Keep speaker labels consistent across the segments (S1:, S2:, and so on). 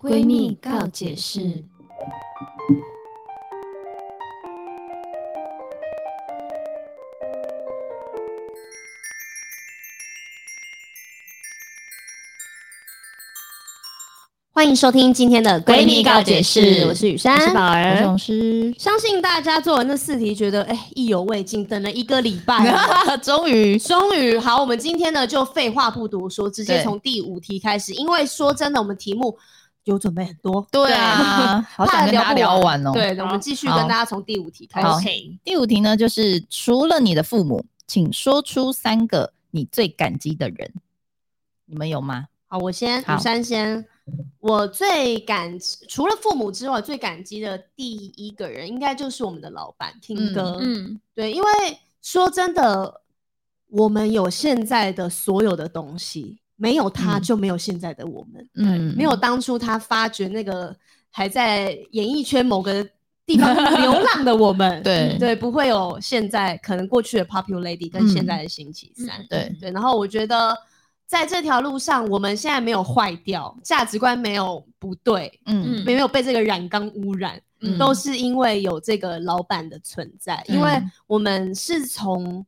S1: 闺蜜告解室。
S2: 欢迎收听今天的
S1: 闺蜜告解室
S2: 我是雨珊，
S1: 我是宝儿
S2: 我是哎相信大家做完那四题，觉得哎意犹未尽，等了一个礼拜，
S1: 终于，
S2: 终于好。我们今天呢就废话不多说，直接
S1: 对
S2: 从第五题开始，因为说真的，我们题目有准备很多，
S1: 对啊， 好想跟大家聊完 哦。
S2: 对，我们继续跟
S1: 好
S2: 大家从第五题开
S1: 好
S2: 始。
S1: 第五题呢，就是除了你的父母，请说出三个你最感激的人。你们有吗？
S2: 好，我先，
S1: 好
S2: 雨珊先。我最感除了父母之外，最感激的第一个人应该就是我们的老板听
S1: 嗯
S2: 哥。
S3: 嗯，
S2: 对，因为说真的，我们有现在的所有的东西，没有他
S1: 嗯
S2: 就没有现在的我们，
S1: 嗯，
S2: 没有当初他发掘那个还在演艺圈某个地方流浪的我们，
S1: 对
S2: 对，不会有现在可能过去的 Popular Lady 跟现
S1: 嗯
S2: 在的星期三，
S1: 对
S2: 对，然后我觉得。在这条路上，我们现在没有坏掉，价值观没有不对，
S1: 嗯
S2: 没有被这个染缸污染，
S1: 嗯
S2: 都是因为有这个老板的存在，因为
S1: 嗯
S2: 我们是从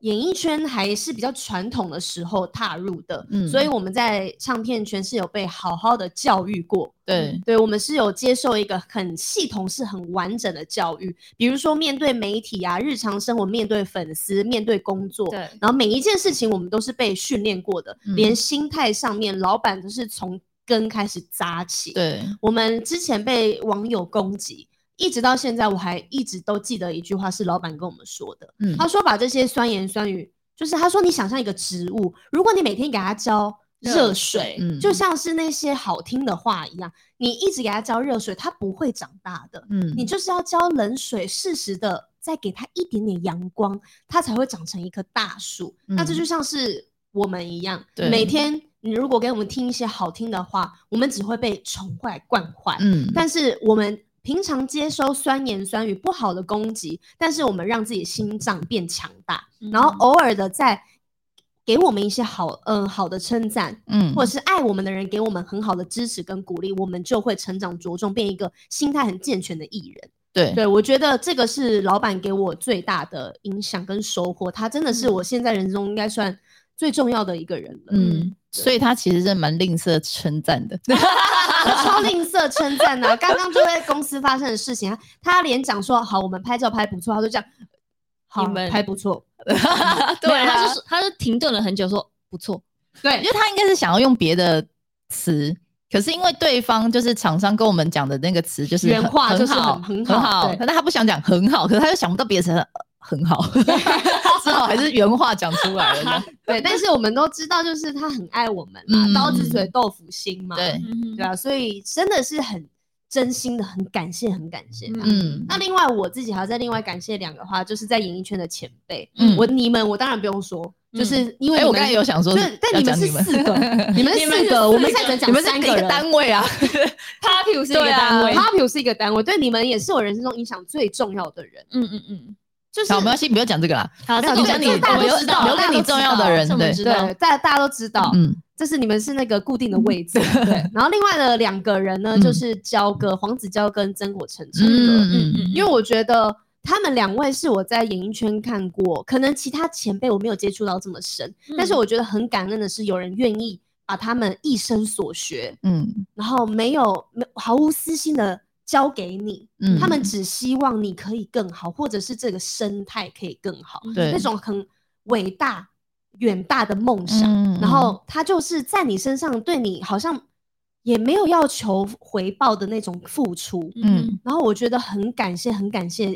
S2: 演艺圈还是比较传统的时候踏入的，
S1: 嗯
S2: 所以我们在唱片圈是有被好好的教育过，
S1: 对，
S2: 对我们是有接受一个很系统、是很完整的教育，比如说面对媒体啊、日常生活、面对粉丝、面对工作，
S3: 对，
S2: 然后每一件事情我们都是被训练过的，
S1: 嗯
S2: 连心态上面，老板都是从根开始扎起，
S1: 对，
S2: 我们之前被网友攻击，一直到现在，我还一直都记得一句话是老板跟我们说的，
S1: 嗯
S2: 他说把这些酸言酸语，就是他说你想象一个植物，如果你每天给它浇热
S3: 热
S2: 水
S3: 水，
S1: 嗯
S2: 就像是那些好听的话一样，你一直给它浇热水，它不会长大的，
S1: 嗯
S2: 你就是要浇冷水，适时的再给它一点点阳光，它才会长成一棵大树。那这
S1: 嗯
S2: 就像是我们一样，
S1: 对
S2: 每天你如果给我们听一些好听的话，我们只会被宠坏、惯坏。
S1: 嗯，
S2: 但是我们平常接收酸言酸语、不好的攻击，但是我们让自己心脏变强大，然
S1: 嗯
S3: 嗯
S2: 后偶尔的再给我们一些好，嗯、好的称赞，
S1: 嗯
S2: 或者是爱我们的人给我们很好的支持跟鼓励，我们就会成长茁壮，变一个心态很健全的艺人。
S1: 对
S2: 对我觉得这个是老板给我最大的影响跟收获，他真的是
S3: 嗯
S2: 我现在人生中应该算最重要的一个人了。
S1: 嗯，所以他其实是蛮吝啬称赞的。
S2: 他超吝啬称赞呐、刚刚就在公司发生的事情，他他连讲说好我们拍照拍不错，他就这样，好
S3: 你们
S2: 拍不错，
S3: 对，
S1: 啊
S3: 哦他就是他就停顿了很久，说不错，
S1: 我觉得他应该是想要用别的词，可是因为对方就是厂商跟我们讲的那个词就是
S2: 原
S1: 很
S2: 话就是
S1: 很
S2: 很很好
S1: 好
S2: 对，
S1: 但是他不想讲很好，可是他又想不到别的词呃很好，只好还是原话讲出来了呢。
S2: 对，但是我们都知道，就是他很爱我们嘛，
S1: 嗯
S2: 刀子嘴豆腐心嘛，
S1: 对，
S3: 嗯
S2: 对啊，所以真的是很真心的，很感谢，很感谢他。
S1: 嗯
S2: 那另外我自己还要再另外感谢两个话，就是在演艺圈的前辈，
S1: 嗯
S2: 我你们我当然不用说，就是因为
S1: 哎，
S2: 你
S1: 我
S2: 们
S1: 刚才有想说
S2: 对，，但
S1: 要
S2: 你们
S1: 讲
S2: 是
S1: 你们
S2: 四 个，你们是
S3: 你们
S2: 四个，
S3: 是四
S2: 我们
S3: 个
S2: 现在只能
S1: 你们
S2: 讲
S1: 是
S2: 三
S1: 一个
S2: 人。
S1: 单位啊，
S3: ，Papu 是一个
S1: 对啊
S3: 单位，
S2: Papu 是一个单位，对你们也是我人生中影响最重要的人，
S3: 嗯嗯嗯，
S2: 就是
S1: 好，没关系，不要讲这个啦。
S3: 好，
S2: 没
S3: 这
S2: 有
S3: 个
S2: 你
S3: 我
S2: 讲
S3: 们
S2: 你
S3: 这个大家
S2: 我
S3: 都
S2: 有
S3: 知
S2: 我
S3: 道，
S2: 有
S3: 大家
S2: 跟你
S3: 都知
S1: 重要
S3: 道
S1: 的人
S3: 这我
S1: 对
S3: 们知道，
S2: 对，大大家都知道，
S1: 嗯，
S2: 这是你们是那个固定的位 置。对，然后另外的两个人呢，
S1: 嗯
S2: 就是焦哥黄子佼跟曾国成成哥。
S1: 嗯
S2: 因为我觉得他们两位是我在演艺圈看过，可能其他前辈我没有接触到这么深，但
S1: 嗯
S2: 是我觉得很感恩的是，有人愿意把他们一生所学，
S1: 嗯
S2: 然后没有没毫无私心的交给你，
S1: 嗯，
S2: 他们只希望你可以更好，或者是这个生态可以更好，
S1: 嗯对
S2: 那种很伟大、远大的梦想。
S1: 嗯
S2: 然后他就是在你身上对你好像也没有要求回报的那种付出，
S1: 嗯
S2: 然后我觉得很感谢，很感谢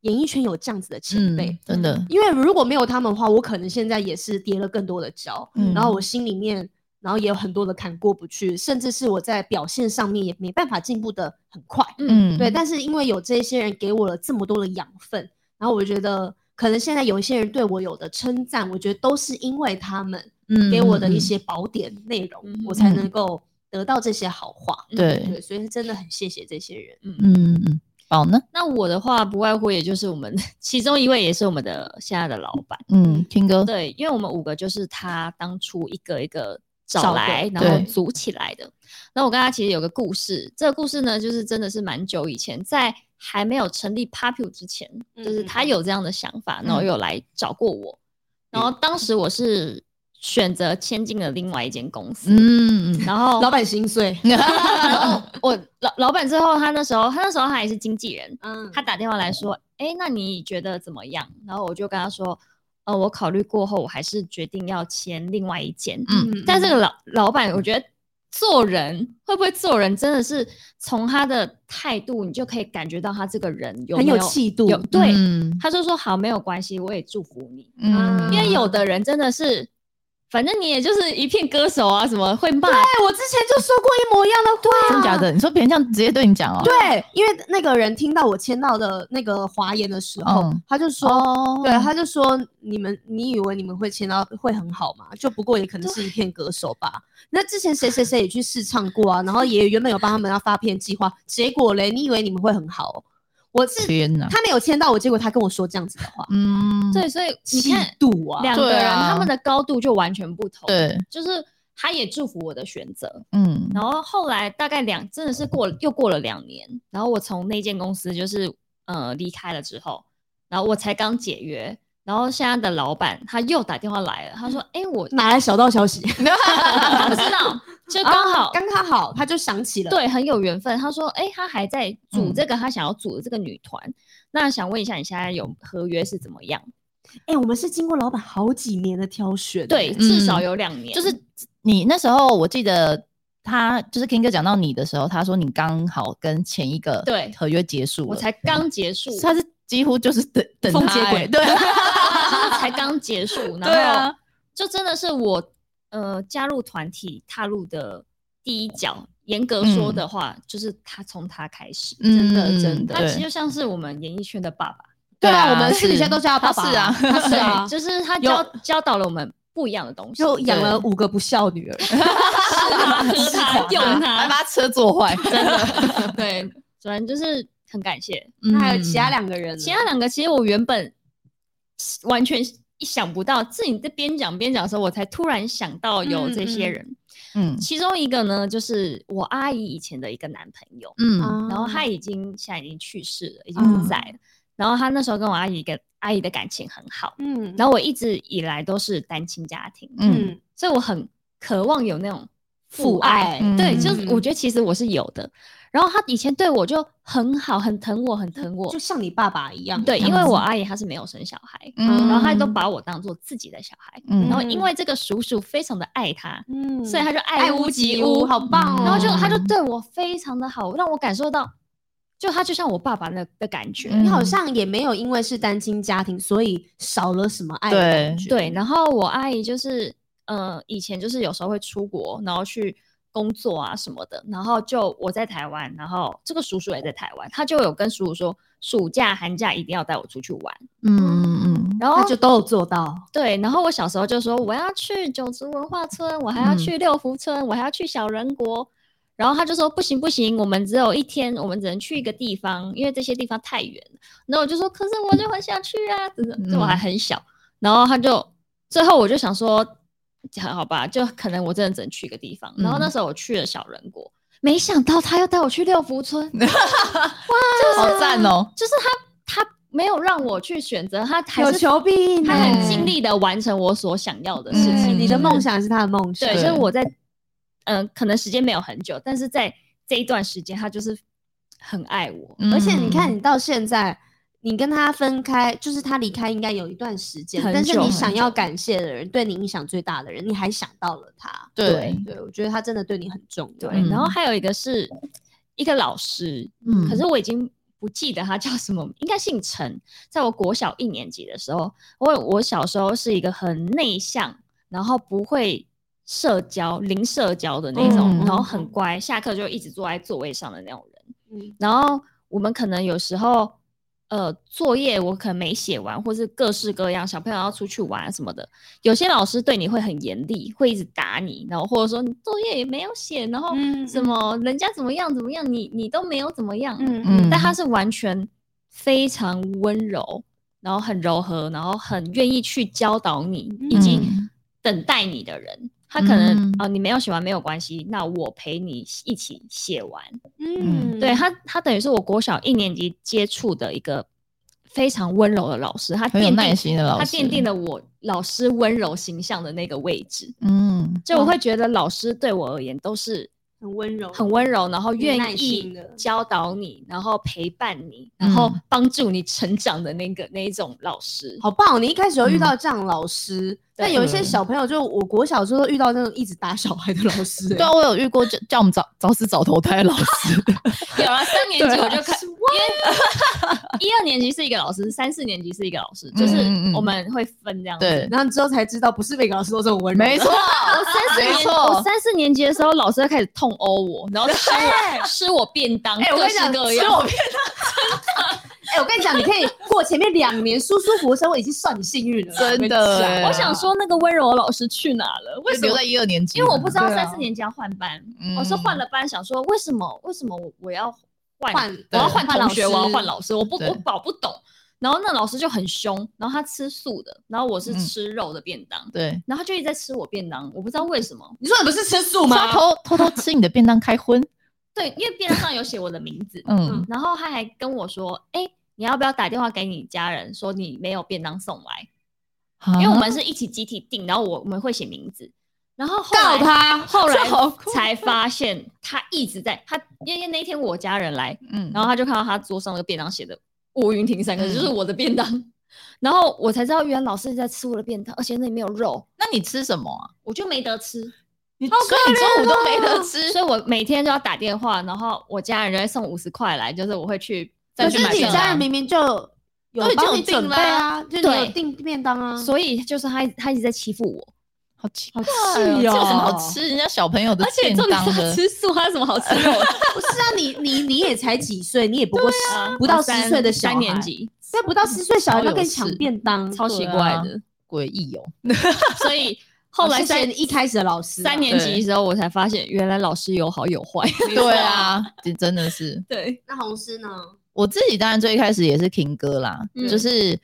S2: 演艺圈有这样子的前
S1: 嗯
S2: 辈，
S1: 真的，
S2: 因为如果没有他们的话，我可能现在也是跌了更多的跤，
S1: 嗯
S2: 然后我心里面，然后也有很多的坎过不去，甚至是我在表现上面也没办法进步的很快，
S1: 嗯
S2: 对。但是因为有这些人给我了这么多的养分，然后我觉得可能现在有一些人对我有的称赞，我觉得都是因为他们
S1: 嗯
S2: 给我的
S1: 嗯
S2: 一
S1: 嗯
S2: 些宝典内容，
S3: 嗯
S2: 我才
S1: 嗯
S2: 能够得到这些好话。
S1: 对，
S2: 对，所以真的很谢谢这些人。
S1: 嗯嗯嗯，宝呢？
S3: 那我的话不外乎也就是我们 其中一位也是我们的现在的老板，
S1: 嗯，听歌，
S3: 对，因为我们五个就是他当初一个一个找
S2: 找
S3: 来，
S1: 的
S3: 然后
S1: 对
S3: 组起来的。然后我跟他其实有个故事，这个故事呢，就是真的是蛮久以前，在还没有成立 Papu 之前，就是他
S2: 嗯嗯嗯
S3: 有这样的想法，然后
S1: 嗯
S3: 有来找过我。然后
S2: 嗯
S3: 当时我是选择签进了另外一间公司，
S1: 嗯，嗯
S3: 然后
S2: 老板心碎，
S3: 然后我老老板最后他那时候他那时候他也是经纪人，
S2: 嗯，
S3: 他打电话来说，哎、那你觉得怎么样？然后我就跟他说，呃，我考虑过后，我还是决定要签另外一间。
S1: 嗯
S3: 但这个老老板，我觉得做人会不会做人，真的是从他的态度，你就可以感觉到他这个人有
S2: 很
S3: 没
S2: 有
S3: 有
S2: 气度
S3: 有对，
S1: 嗯
S3: 他就说好，没有关系，我也祝福你。
S1: 嗯，
S3: 因为有的人真的是，反正你也就是一片歌手啊，什么会骂
S2: 对我之前就说过一模一样的
S3: 哦
S2: 话，
S1: 真假的？你说别人这样直接对你讲哦？
S2: 对，因为那个人听到我签到的那个华研的时候，
S1: 嗯
S2: 他就说，
S1: 哦，
S2: 对，他就说你们，你以为你们会签到会很好吗？就不过也可能是一片歌手吧。那之前谁谁谁也去试唱过 啊，然后也原本有帮他们要发片计划，结果嘞，你以为你们会很好、哦？我是
S3: 啊
S1: 天哪，
S2: 他没有签到我，结果他跟我说这样子的话，
S1: 嗯，
S3: 对，所以你
S2: 气
S3: 看
S2: 度啊，
S3: 两个人
S1: 对啊
S3: 他们的高度就完全不同。，
S1: 对，
S3: 就是他也祝福我的选择。
S1: 嗯，
S3: 然后后来大概两真的是过了又过了两年，然后我从那间公司就是呃离开了之后，然后我才刚解约，然后现在的老板他又打电话来了，他说：“哎、 我
S2: 哪来小道消 息？
S3: 我不知道，就
S1: 哦
S3: 刚好、
S2: 哦刚刚好，他就想起了，，
S3: 对，很有缘分。他说，哎、他还在组
S1: 嗯
S3: 这个他想要组的这个女团，那想问一下，你现在有合约是怎么样？
S2: 哎、我们是经过老板好几年的挑选，
S3: 对，啊
S2: 哎
S3: 至少有两年，
S1: 嗯就是你那时候，我记得他就是 King 哥讲到你的时候，他说你刚好跟前一个
S3: 对
S1: 合约结束了，
S3: 我才刚结 束，
S1: 他是几乎就是等等
S2: 封
S1: 他
S2: 接
S1: 欸
S2: 轨
S1: 对
S3: 就是才刚结束，
S1: 对
S3: 然后
S1: 啊
S3: 就真的是我呃加入团体踏入的第一脚。严格说的话，就是他从他开始，真的
S1: 嗯
S3: 真的，他
S1: 对
S3: 其实就像是我们演艺圈的爸爸，
S2: 对
S1: 对啊
S2: 啊，我们私底
S1: 是
S2: 下都叫他爸
S1: 他
S2: 爸，
S1: 是 啊
S2: 他 是啊，
S3: 对就是他
S2: 有
S3: 教教导了我们不一样的东西，
S2: 就养
S1: 对
S2: 了五个不孝女儿。
S3: 喝他用
S1: 啊还把
S3: 他，
S1: 他车坐坏，真的。
S3: 对，反正就是很感谢。
S1: 嗯
S2: 那还有其他两个人呢，
S3: 其他两个其实我原本完全意想不到，自己在边讲边讲的时候，我才突然想到有这些人。
S1: 嗯
S3: 其中一个呢，就是我阿姨以前的一个男朋友，
S1: 嗯
S2: 啊，
S3: 然后他已经现在已经去世了，已经不在了。然后他那时候跟我阿姨跟阿姨的感情很好，
S2: 嗯，
S3: 然后我一直以来都是单亲家庭，
S1: 嗯
S2: 嗯，
S3: 所以我很渴望有那种
S2: 父
S3: 父
S2: 爱，
S3: 爱对，
S1: 嗯
S3: 就是我觉得其实我是有的。然后他以前对我就很好，很疼我，很疼我
S2: 就。像你爸爸一样，
S3: 嗯对，
S1: 这
S3: 因
S1: 样
S3: 为
S1: 子
S3: 我阿姨她是没有生小孩，
S1: 嗯
S3: 然后她都把我当做自己的小孩。
S1: 嗯
S3: 然后因为这个叔叔非常的爱她，
S2: 嗯
S3: 所以她就爱
S2: 爱
S3: 屋
S2: 屋
S3: 及
S2: 及
S3: 乌
S2: 乌，，好棒哦。
S3: 然后就她就
S1: 嗯
S3: 对我非常的好，让我感受到，就她就像我爸爸那的感觉。
S1: 嗯
S2: 你好像也没有因为是单亲家庭，所以少了什么爱的感觉。
S3: 对，然后我阿姨就是，呃，以前就是有时候会出国，然后去工作啊什么的，然后就我在台湾，然后这个叔叔也在台湾，他就有跟叔叔说，暑假寒假一定要带我出去玩，
S1: 嗯嗯
S3: 然后
S2: 他就都有做到。
S3: 对，然后我小时候就说我要去九族文化村，我还要
S1: 嗯
S3: 去六福村，我还要去小人国。然后他就说不行不行，我们只有一天，我们只能去一个地方，因为这些地方太远了。然后我就说，可是我就很想去啊，只是就我还
S1: 嗯
S3: 很小。然后他就最后我就想说，好好吧，就可能我真的只能去一个地方。然后那
S1: 嗯
S3: 时候我去了小人国，没想到他又带我去六福村，
S1: 嗯，好赞哦！
S3: 就是他他没有让我去选择，他还
S2: 有
S3: 是
S2: 求必应，
S3: 他很
S1: 呢
S3: 尽。力的完成我所想要的事情。
S2: 嗯，你的
S1: 嗯
S2: 梦想是他的梦想。
S3: 对，
S1: 对
S3: 所以我在，嗯、可能时间没有很久，但是在这一段时间，他就是很爱我。
S1: 嗯
S2: 而且你看，你到现在，你跟他分开，就是他离开应该有一段时间，
S3: 很
S2: 但是
S3: 久
S2: 你
S3: 很
S2: 想
S3: 久
S2: 要感谢的人，对你影响最大的人，你还想到了他。
S1: 对
S2: 对，我觉得他真的对你很重要。
S3: 对，
S1: 嗯
S3: 然后还有一个是一个老师，
S1: 嗯
S3: 可是我已经不记得他叫什么，应该姓陈。在我国小一年级的时候，我我小时候是一个很内向，然后不会。社交零社交的那种，
S1: 嗯
S3: 然后很乖，下课就一直坐在座位上的那种人。
S2: 嗯
S3: 然后我们可能有时候，呃，作业我可能没写完，或是各式各样，小朋友要出去玩啊什么的，有些老师对你会很严厉，会一直打你，然后或者说你作业也没有写，然后
S2: 嗯
S3: 什么人家怎么样怎么样，你你都没有怎么样，
S2: 嗯
S1: 嗯
S3: 但他是完全非常温柔，然后很柔和，然后很愿意去教导你，以及
S1: 嗯
S3: 等待你的人。他可能
S1: 嗯
S3: 哦、你没有写完没有关系，那我陪你一起写完。
S1: 嗯
S3: 对他，他等于是我国小一年级接触的一个非常温柔的老师，他
S1: 很有
S3: 奠
S1: 耐
S3: 定
S1: 心的老
S3: 他
S1: 师
S3: 奠定了我老师温柔形象的那个位置。
S1: 嗯
S3: 就我会觉得老师对我而言都是
S2: 很温柔，
S3: 很温柔，然后
S2: 有
S3: 愿
S2: 耐心
S3: 意
S2: 的
S3: 教导你，然后陪伴你，然后
S1: 嗯
S3: 帮助你成长的那个那一种老 师。
S2: 好棒！你一开始有遇到这样的老师，但有一些
S1: 嗯
S2: 小朋友，就我国小时候遇到那种一直打小孩的老师、欸，
S1: 对啊，我有遇过叫叫我们早早死早投胎的老 师，
S3: 有了三年
S1: 对
S3: 级
S1: 啊
S3: 我就开，因为啊 一二年级是一个老师，三四年级是一个老师，就是
S1: 嗯嗯嗯
S3: 我们会分这样子。
S1: 对，
S2: 然后之后才知道，不是每个老师都这么温柔。
S1: 没错，，
S3: 我三四
S1: 没
S3: 年，
S1: 错
S3: 我三四年级的时候，老师就开始痛殴我，然后吃我吃我便当，
S2: 哎我
S3: 各
S2: 跟你
S3: 式
S2: 讲
S3: 各
S2: 吃
S3: 样。
S2: 我哎、我跟你讲，你可以过前面两年舒舒服服，我已经算你幸运了。
S1: 真的
S2: 我跟你
S1: 哎
S2: 讲
S3: 我想，说，那个温柔的老师去哪了？为
S1: 就
S3: 什
S1: 留
S3: 么
S1: 在？一二年级，
S3: 因为我不知道
S2: 对啊
S3: 三四年级要换班，
S1: 嗯
S3: 我是换了班，想说为什么？为什么我我要换？
S2: 换
S3: 我要
S1: 对
S3: 换同学，
S2: 换老师
S3: 我要换老师，我不
S1: 对
S3: 我搞不懂。然后那老师就很凶，然后他吃素的，然后我是
S1: 嗯
S3: 吃肉的便当，
S1: 对，
S3: 然后他就一直在吃我便当，我不知道为什么。
S2: 你说你不是吃素
S1: 他
S2: 吗？
S1: 偷偷偷吃你的便当开荤，
S3: 对，因为便当上有写我的名字，
S1: 嗯
S3: 然后他还跟我说：“哎、你要不要打电话给你家人说你没有便当送来？
S1: 因
S3: 因为我
S2: 啊
S3: 们是一起集体订，然后我我们会写名字。”然后后
S2: 告
S3: 来
S2: 他，
S3: 后来
S2: 这好酷
S3: 才发现他一直在他，因为那一天我家人来，
S1: 嗯，
S3: 然后他就看到他桌上那个便当写的“吴云婷”三个字，
S1: 嗯
S3: 就是我的便当。然后我才知道，原来老师一直在吃我的便当，而且那里没有肉，
S1: 那你吃什么啊？
S3: 我就没得吃。
S1: 你所以你中午都没得吃，
S3: 所以我每天都要打电话，然后我家人就会送五十块来，就是我会去再
S2: 可
S3: 去买
S2: 是你
S3: 便
S2: 家人
S3: 当。
S2: 明明就有
S1: 都已经
S2: 帮
S1: 有
S2: 你准
S1: 订
S2: 备
S1: 啦
S2: 啊，就你有
S3: 对
S2: 订便当啊。
S3: 所以就是他一他一直在欺负我，
S1: 好奇
S3: 好
S1: 怪
S3: 气
S1: 哦，这有什么
S2: 哦
S1: 好吃？人家小朋友的
S3: 而且
S1: 便
S3: 重点
S1: 当
S3: 是他
S1: 的，
S3: 吃素，他有什么好吃肉的？
S2: 不是啊，你你你也才几岁，你也不过十
S3: 啊
S2: 不到
S3: 我
S2: 十
S3: 三
S2: 岁的小
S3: 三年
S2: 孩
S3: 级，
S2: 现在不到十岁小孩
S1: 超
S2: 要跟你
S1: 有
S2: 抢
S1: 事
S2: 便当，
S3: 超奇
S1: 对啊
S3: 怪的。
S1: 诡异哦。
S3: 所以后来
S2: 谢谢
S3: 三
S2: 你一开始的老师啊
S3: 三年级的时候，我才发现原来老师有好有坏。
S1: 对啊，这真的是
S3: 对，
S2: 那红师呢？
S1: 我自己，当然最一开始也是听歌啦，
S3: 嗯
S1: 就是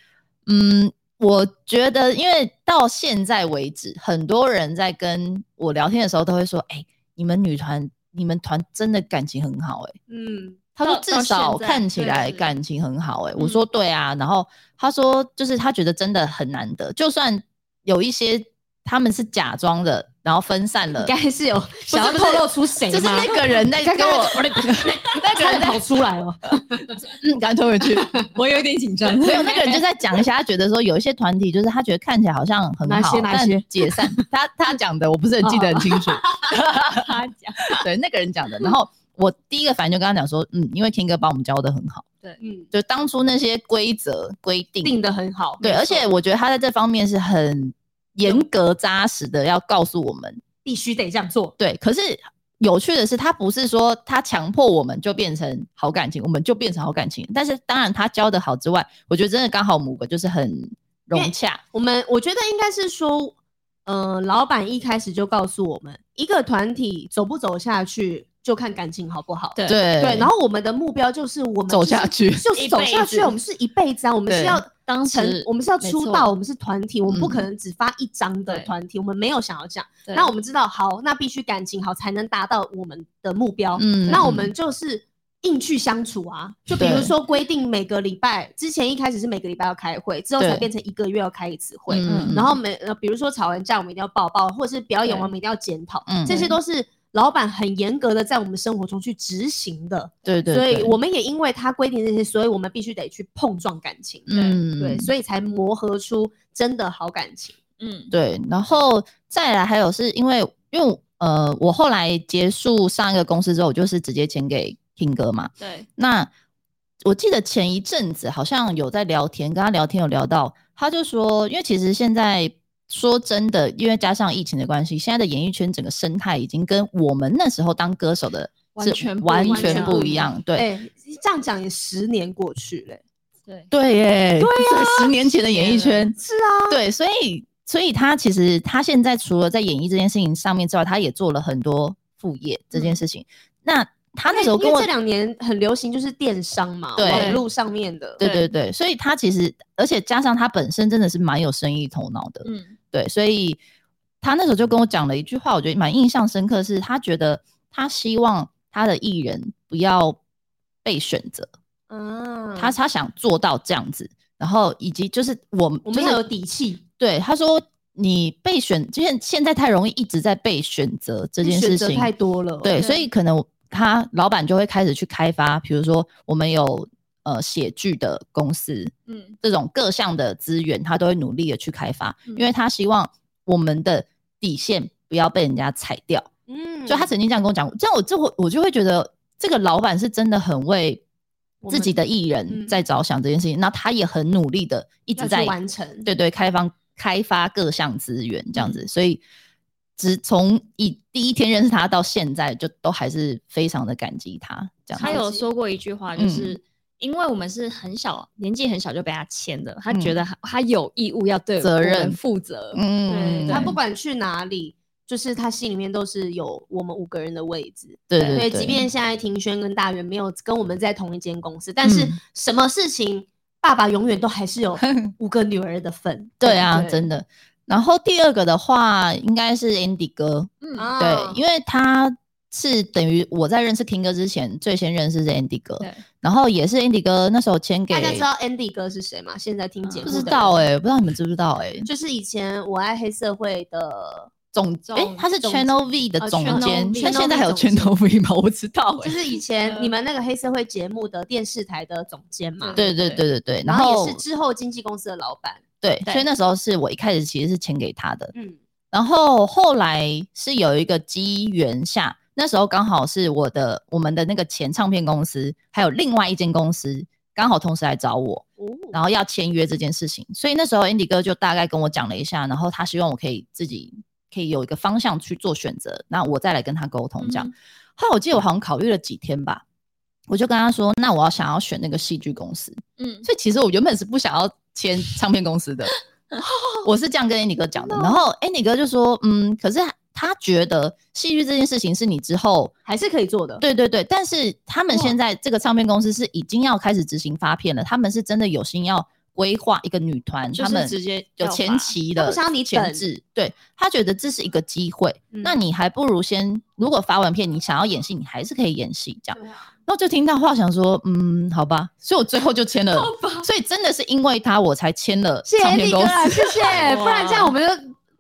S1: 嗯，我觉得因为到现在为止，很多人在跟我聊天的时候都会说，哎、你们女团，你们团真的感情很好、欸，
S2: 嗯，
S1: 他说
S3: 到
S1: 至
S3: 到
S1: 少
S3: 现在
S1: 看起
S3: 对
S1: 来
S3: 对
S1: 感情很好、欸，哎，我
S3: 嗯
S1: 说对啊，然后他说就是他觉得真的很难得，就算有一些他们是假装的，然后分散了
S2: 应，该是有想要
S1: 不是
S2: 透露出谁
S1: 就是
S2: 吗
S1: 那个人在
S2: 刚
S1: 跟
S2: 刚
S1: 我，
S2: 那个人跑出来哦，
S1: 嗯，赶快推回去，
S3: 我有点紧张。
S1: 没有那个人就在讲一下，他觉得说有一些团体就是他觉得看起来好像很
S2: 哪
S1: 好，
S2: 些哪些哦
S1: 但解散，他他讲的我不是很记得很清 楚，
S3: 他讲，
S1: 对那个人讲的，然后。我第一个反应就跟他讲说，嗯，因为 King 哥把我们教的很好，
S2: 嗯，
S1: 就当初那些规则规定
S2: 定的很好，
S1: 对，
S2: 没
S1: 而
S2: 错
S1: 且我觉得他在这方面是很严格扎实的，要告诉我们。
S2: 必须得这样做，
S1: 对，可是有趣的是，他不是说他强迫我们就变成好感情，我们就变成好感情。但是当然，他教的好之外，我觉得真的刚好我们五个就是很融洽。
S2: 我们我觉得应该是说，呃，老板一开始就告诉我们，一个团体走不走下去，就看感情好不好。
S3: 对
S1: 对
S2: 对，然后我们的目标就是我们
S1: 走
S2: 就是
S1: 下去
S2: 就是走下去，
S3: 一辈子
S2: 我们是一辈子啊，我们是
S1: 对
S2: 要
S3: 当
S2: 成
S3: 时，
S2: 我们是要
S3: 没
S2: 出
S3: 错
S2: 道，我们是团体，我们不
S1: 嗯
S2: 可能只发一张的
S3: 对
S2: 团体，我们没有想要这样。
S3: 对
S2: 那我们知道，好，那必须感情好才能达到我们的目标。
S1: 嗯
S2: 那我们就是硬去相处啊。就比如
S1: 对
S2: 说规定每个礼拜，之前一开始是每个礼拜要开会，之后才
S1: 对
S2: 变成一个月要开一次会。
S1: 嗯
S2: 然后每呃，比如说吵完架，我们一定要抱抱，或者是表演完
S3: 对
S2: 我们一定要检讨，
S1: 嗯
S2: 这些都是老板很严格的在我们生活中去执行的。
S1: 对对，
S2: 所以
S1: 对
S2: 我们也因为他规定这些，所以我们必须得去碰撞感情。
S1: 嗯
S2: 对，所以才磨合出真的好感情。
S3: 嗯，
S1: 对，然后再来还有是因为因为呃，我后来结束上一个公司之后，我就是直接签给 King 哥嘛。
S3: 对，
S1: 那我记得前一阵子好像有在聊天，跟他聊天有聊到，他就说，因为其实现在说真的，因为加上疫情的关系，现在的演艺圈整个生态已经跟我们那时候当歌手的
S3: 完
S1: 是
S3: 全不
S1: 完
S3: 一
S1: 全
S3: 样
S1: 不一样。对、
S2: 哎、这样讲也十年过去嘞、
S3: 对，
S1: 对耶，对啊，十年前的演艺
S3: 十年
S1: 圈
S2: 是啊，
S1: 对，所以所以他其实他现在除了在演艺这件事情上面之外，他也做了很多副业这件事情。那他那时候
S2: 因为
S1: 跟
S2: 因
S1: 我
S2: 为这两年很流行就是电商嘛，
S1: 对
S2: 网络上面的，
S1: 对
S3: 对
S1: 对对，所以他其实，而且加上他本身真的是蛮有生意头脑的，
S3: 嗯，
S1: 对，所以他那时候就跟我讲了一句话，我觉得蛮印象深刻，是他觉得他希望他的艺人不要被选择，
S2: 嗯，
S1: 他他想做到这样子，然后以及就是我们
S2: 我们
S1: 就是
S2: 要有底气，
S1: 对他说你被选，就是现在太容易一直在被选择这件
S2: 选
S1: 事
S2: 择
S1: 情，
S2: 太多了，
S1: 对，
S3: 对
S1: 所以可能他老板就会开始去开发，比如说我们有呃写剧的公司，
S3: 嗯，
S1: 这种各项的资源，他都会努力的去开发，
S3: 嗯
S1: 因为他希望我们的底线不要被人家踩掉。
S2: 嗯，
S1: 就他曾经这样跟我讲，这样我就会我就会觉得这个老板是真的很为
S2: 我
S1: 自
S2: 们
S1: 己的艺
S2: 嗯
S1: 人在着想这件事情，那他也很努力的一
S2: 要
S1: 直
S2: 去
S1: 在
S2: 完成，
S1: 对对，开放开发各项资源这样子，
S2: 嗯
S1: 所以只从以第一天认识他到现在，就都还是非常的感激他这样子。
S3: 他有说过一句话，就是、
S1: 嗯
S3: 因为我们是很小年纪很小就被他签的，他
S1: 嗯
S3: 觉得他,、他有义务要对
S1: 责
S3: 我们
S1: 任
S3: 负责。
S1: 嗯，
S3: 对
S2: 他
S1: 他
S2: 不
S1: 不
S2: 管去哪里，就是他心里面都是有我们五个人的位置。
S1: 对对
S2: 对，
S1: 对，
S2: 即便现在庭轩跟大元没有跟我们在同一间公司，但是
S1: 嗯
S2: 什么事情，爸爸永远都还是 有五个女儿的份。
S1: 对啊，
S2: 对
S1: 真的。然后第二个的话，应该是 Andy 哥，
S3: 嗯，
S2: 啊
S1: 对，因为他是等于我在认识 King 哥之前，最先认识是 Andy 哥，
S3: 对，
S1: 然后也是 Andy 哥那时候签给
S2: 大，家知道 Andy 哥是谁吗？现在听节目
S1: 不
S2: 的
S1: 知
S2: 人
S1: 道哎、不知道你们知不知道哎、
S2: 就是以前我爱黑社会的，
S1: 总哎、
S3: 总
S1: 他是
S3: 总
S1: Channel V 的
S2: 呃
S1: 总
S3: Channel
S1: 监，
S3: V
S1: 他现在还有 Channel
S2: Channel
S1: V 吗？我不知道
S2: 就
S1: 哎、
S2: 是以前
S3: 呃
S2: 你们那个黑社会节目的电视台的总监嘛。
S1: 欸对对对对对，
S2: 然
S1: 然
S2: 后
S1: 后
S2: 也是之后经纪公司的老板。
S1: 对，
S3: 对
S1: 所以那时候是我一开始其实是签给他的，
S2: 嗯，
S1: 然后后来是有一个机缘下，那时候刚好是我的我们的那个前唱片公司，还有另外一间公司刚好同时来找我，
S2: 哦，
S1: 然后要签约这件事情，所以那时候 Andy 哥就大概跟我讲了一下，然后他希望我可以自己可以有一个方向去做选择，那我再来跟他沟通这样。
S3: 嗯
S1: 后来我记得我好像考虑了几天吧，我就跟他说，那我要想要选那个戏剧公司，
S3: 嗯，
S1: 所以其实我原本是不想要签唱片公司 的，我是这样跟 Andy 哥讲的。
S3: 哦
S1: 然后 Andy 哥就说，嗯，可是他觉得戏剧这件事情是你之后，
S2: 还是可以做的。
S1: 对对对，但是他们
S2: 哇
S1: 现在这个唱片公司是已经要开始执行发片了，他们是真的有心要规划一个女团，
S3: 就
S1: 他们
S3: 是直接
S1: 有
S3: 要
S1: 前
S3: 发，
S1: 期
S2: 他
S1: 的
S2: 不想要你
S1: 前
S2: 等
S1: 置，对他觉得这是一个机会，
S2: 嗯
S1: 那你还不如先，如果发完片你想要演戏，你还是可以演戏这样。
S2: 对啊
S1: 然后就听到话，想说，嗯，好吧，所以我最后就签了，所以真的是因为他，我才签了
S2: 谢
S1: 唱
S2: 谢
S1: 片
S2: 力哥
S1: 公司，
S2: 啊，谢谢 不然这样我们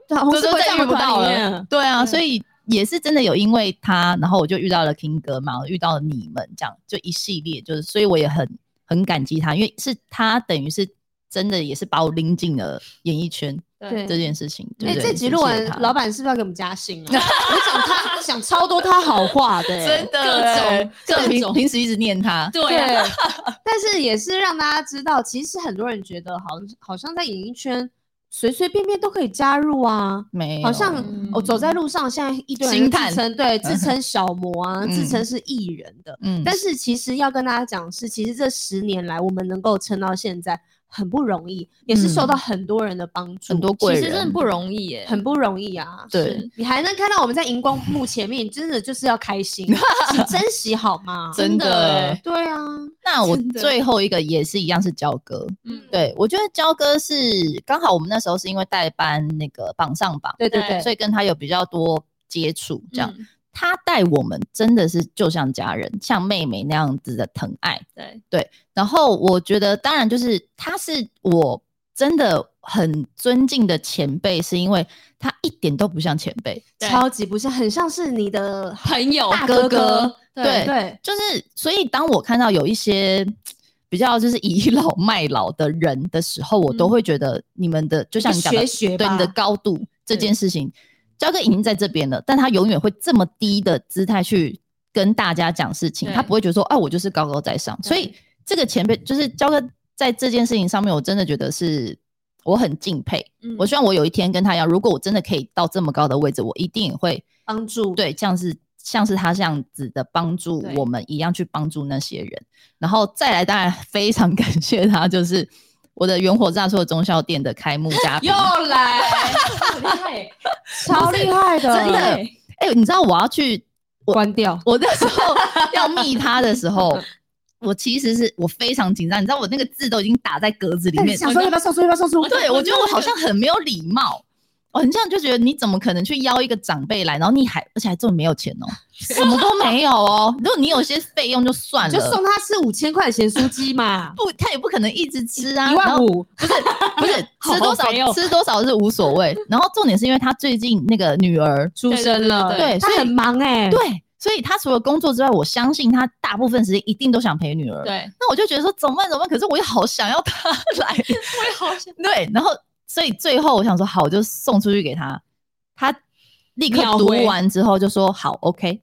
S2: 就红
S1: 这
S2: 事
S1: 都
S2: 回
S1: 再
S2: 在
S1: 遇不到了
S2: 了。。
S1: 对啊，
S2: 嗯
S1: 所以也是真的有因为他，然后我就遇到了 King 哥嘛，遇到了你们这样，就一系列就是，所以我也很很感激他，因为是他等于是真的也是把我拎进了演艺圈
S2: 对
S1: 这件事情。对
S2: 哎、
S1: 不对
S2: 这集录完
S1: 谢谢他，
S2: 老板是不是要给我们加薪啊？我讲他讲超多他好话 的、欸，
S1: 真的欸
S3: 各
S1: 就
S3: 种各
S1: 平
S3: 种
S1: 平时一直念他，
S3: 对
S2: 对
S3: 啊，
S2: 但是也是让大家知道，其实很多人觉得好像好像在演艺圈随随便便都可以加入啊，
S1: 没有
S2: 好像
S3: 嗯
S2: 我、哦、走在路上，现在一堆
S1: 星
S2: 人
S1: 探
S2: 自称对自称小模啊，
S1: 嗯
S2: 自称是艺人的，
S1: 嗯，
S2: 但是其实要跟大家讲是，其实这十年来我们能够撑到现在很不容易，也是受到很多人的帮助，
S1: 嗯很多贵
S3: 其
S1: 人
S3: 实真的不容易耶，
S2: 很不容易啊。
S1: 对
S3: 是。
S2: 你还能看到我们在荧光 幕前面，真的就是要开心，请珍惜好吗？
S1: 真的欸
S2: 对啊，
S1: 那我
S3: 真的
S1: 最后一个也是一样是焦哥，
S3: 嗯，
S1: 对我觉得焦哥是刚好我们那时候是因为代班那个榜上榜，
S2: 对对
S3: 对
S2: 对，
S1: 所以跟他有比较多接触，这样、
S3: 嗯
S1: 他带我们真的是就像家人，像妹妹那样子的疼爱。
S3: 对，
S1: 然后我觉得，当然就是他是我真的很尊敬的前辈，是因为他一点都不像前辈，
S3: 对
S2: 超级不像，很像是你的
S3: 朋友
S2: 大
S1: 哥
S2: 哥
S1: 哥，对
S2: 对对，
S1: 就是所以当我看到有一些。比较就是倚老卖老的人的时候，我都
S3: 嗯
S1: 会觉得你们的、 就像你讲的
S2: 学学
S1: 对
S2: 吧
S1: 你的高度这
S3: 对
S1: 件事情，焦哥已经在这边了，但他永远会这么低的姿态去跟大家讲事情，
S3: 对
S1: 他不会觉得说，哎、我就是高高在上。所以这个前辈就是焦哥在这件事情上面，我真的觉得是我很敬佩。
S3: 嗯
S1: 我希望我有一天跟他一样，如果我真的可以到这么高的位置，我一定也会
S2: 帮助，
S1: 对像是像是他这样子的帮助
S3: 对
S1: 我们一样去帮助那些人。然后再来，当然非常感谢他，就是我的元火炸错中校店的开幕嘉宾
S2: 又。来，好厉害，超厉害的，
S1: 真的
S3: 对
S1: 哎、你知道我要去
S2: 关掉，
S1: 我那时候要密他的时候，我其实是我非常紧张，你知道我那个字都已经打在格子里
S2: 但
S1: 面
S2: 是，想说要不要上书，要不要上书？
S1: 对我觉得我好像很没有礼貌。哦，你这样就觉得你怎么可能去邀一个长辈来，然后你还而且还这么没有钱哦，什么都没有哦。 如果你有些费用就算
S2: 你
S1: 了，，
S2: 就送他吃五千块钱酥鸡嘛
S1: 不，他也不可能一直吃啊，
S2: 一万
S1: 五
S2: 五，
S1: 不是
S3: 好
S1: 吃多少
S3: 肥哦
S1: 吃多少是无所谓。然后重点是因为他最近那个女儿，
S2: 出生了，
S3: 对对
S1: 对对
S2: 他很忙哎、
S1: 对，所以他除了工作之外，我相信他大部分时间一定都想陪女儿。
S3: 对，
S1: 那我就觉得说怎么办怎么办？可是我又好想要他来，
S3: 我也好想。
S1: 对，然后所以最后我想说好，我就送出去给他，他立刻
S2: 秒
S1: 读
S2: 回
S1: 完之后就说好，OK，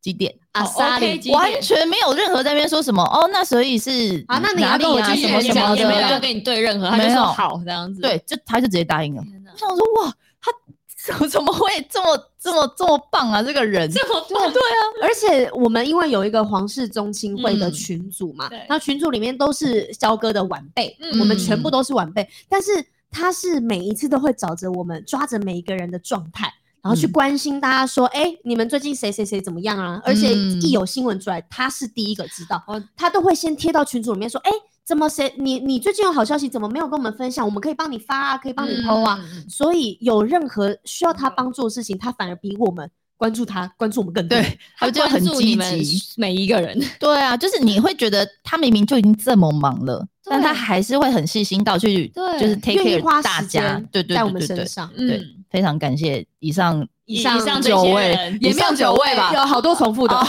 S1: 几点？
S2: 阿
S3: 好
S2: 莎
S3: OK，
S2: 莉
S3: 啊几点
S1: 完全没有任何在那边说什么哦，那所以是
S2: 啊那你
S1: 哪
S2: 要
S1: 里
S2: 跟我
S1: 啊
S2: 继续
S1: 什么什
S2: 讲
S1: 么
S3: 也没有要
S1: 的，
S3: 跟你对任何，他就
S1: 没有
S3: 说好这样子。
S1: 对，就他就直接答应了。
S3: 天哪
S1: 我，想说哇，他怎怎么会这么这么这么棒啊？这个人
S3: 这么多对
S2: 而且我们因为有一个皇室宗亲会的
S1: 嗯
S2: 群组嘛，
S3: 对
S2: 然后群组里面都是肖哥的晚辈，
S3: 嗯
S2: 我们全部都是晚辈，但是他是每一次都会找着我们，抓着每一个人的状态。然后去
S1: 嗯
S2: 关心大家说，哎、你们最近谁谁谁怎么样啊？而且
S1: 嗯
S2: 一有新闻出来，他是第一个知道，
S3: 哦
S2: 他都会先贴到群组里面说，哎、怎么谁你你最近有好消息，怎么没有跟我们分享？我们可以帮你发啊，可以帮你抛啊。，
S3: 嗯
S2: 所以有任何需要他
S1: 嗯
S2: 帮助的事情，他反而比我们关注他，关注我们更多。
S1: 对，他
S3: 他
S1: 就很
S3: 关注
S1: 积
S3: 你们
S1: 极。
S3: 每一个人，
S1: 对啊，就是你会觉得他明明就已经这么忙了，但他
S3: 对
S1: 还是会很细心到去，
S3: 对
S1: 就是 take
S2: 愿意
S1: care
S2: 花
S1: 大
S2: 时
S1: 家
S2: 间。
S1: 对对
S2: 在
S1: 对
S2: 我们
S1: 对
S2: 身
S1: 对，
S2: 上。
S1: 对
S3: 嗯，
S1: 非常感谢以上。
S2: 以
S3: 以
S2: 上
S3: 上这
S2: 九
S3: 些
S1: 位
S3: 人
S1: 也
S2: 也没
S1: 没有
S2: 有
S1: 九位吧
S2: 有好多重复的。
S1: 啊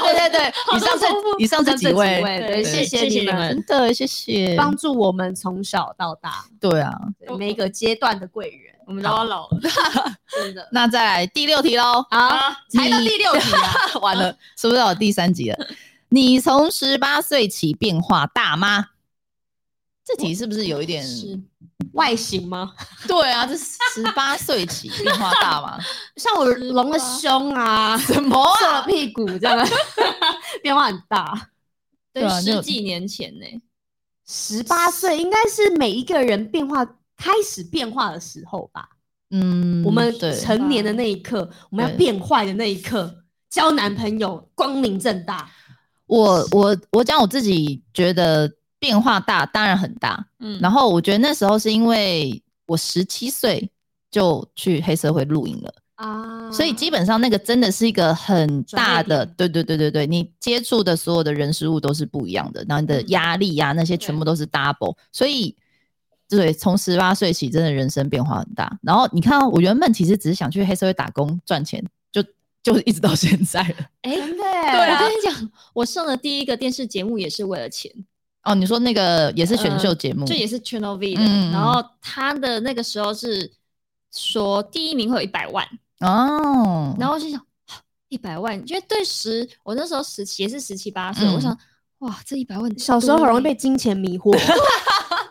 S1: 对对对， 以上这以上这
S2: 这
S1: 几位，
S2: 对，
S3: 对
S2: 谢
S3: 谢
S2: 你
S3: 谢你
S2: 们
S3: 们
S1: 真的谢谢。
S2: 帮助我们从小到大，
S1: 对啊，
S2: 对每一个阶段的贵人，
S3: 我们都要老了。
S2: 真 的。
S1: 那再来第六题喽。
S2: 好，才到
S1: 你
S2: 第六题 啊！
S1: 完了，是不是有第三集了？你从十八岁起变化大妈，这题是不是有一点？
S3: 是
S2: 外形吗？
S1: 对啊，这十八岁起变化大 妈，
S2: 像我隆了胸 啊，
S1: 什么
S2: 瘦了？屁股这 样，变化很大。
S1: 对
S3: 对
S1: 啊就
S3: 十几年前呢，
S2: 十八岁应该是每一个人变化开始变化的时候吧？
S1: 嗯，
S2: 我们
S1: 对
S2: 成年的那一刻，我们要
S1: 对
S2: 变坏的那一刻，交男朋友光明正大。
S1: 我我我讲我自己觉得变化大，当然很大。
S3: 嗯
S1: 然后我觉得那时候是因为我十七岁就去黑社会露营了。
S2: 啊
S1: 所以基本上那个真的是一个很大
S2: 转捩
S1: 的，
S2: 点
S1: 对对对对对，你接触的所有的人事物都是不一样的，然后你的
S3: 嗯
S1: 压力呀、那些全部都是 double，所以对，从十八岁起真的人生变化很大。然后你看哦，我原本其实只是想去黑社会打工赚钱，就就一直到现在了。
S3: 哎，
S2: 真的
S1: 对啊
S3: 我跟你讲，我上的第一个电视节目也是为了钱，
S1: 哦，你说那个也是选
S3: 呃
S1: 秀
S2: 嗯
S1: 节目，
S3: 这也是 Channel V 的。
S1: 嗯嗯嗯
S3: 然后他的那个时候是说第一名会有一百万，
S1: 哦，
S3: 然后我心想啊一百万，因为对十，我那时候十七也是十七八岁，
S1: 嗯
S3: 我想哇，这一百万
S2: 小时候很容易
S3: 多
S2: 被
S3: 欸，
S2: 金钱迷惑，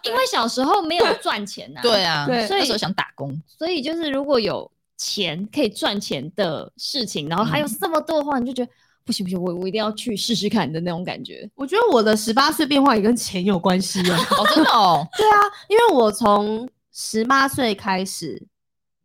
S3: 因为小时候没有赚钱呐、
S1: 对，啊，
S2: 对
S1: 所以
S3: 所
S1: 那
S3: 以
S1: 时候想打工，
S3: 所以就是如果有钱可以赚钱的事情，然后还有这么多的话，你就觉得。不行不行，我我一定要去试试看的那种感觉。
S2: 我觉得我的十八岁变化也跟钱有关系耶。
S1: 哦，真的哦，
S2: 对啊，因为我从十八岁开始，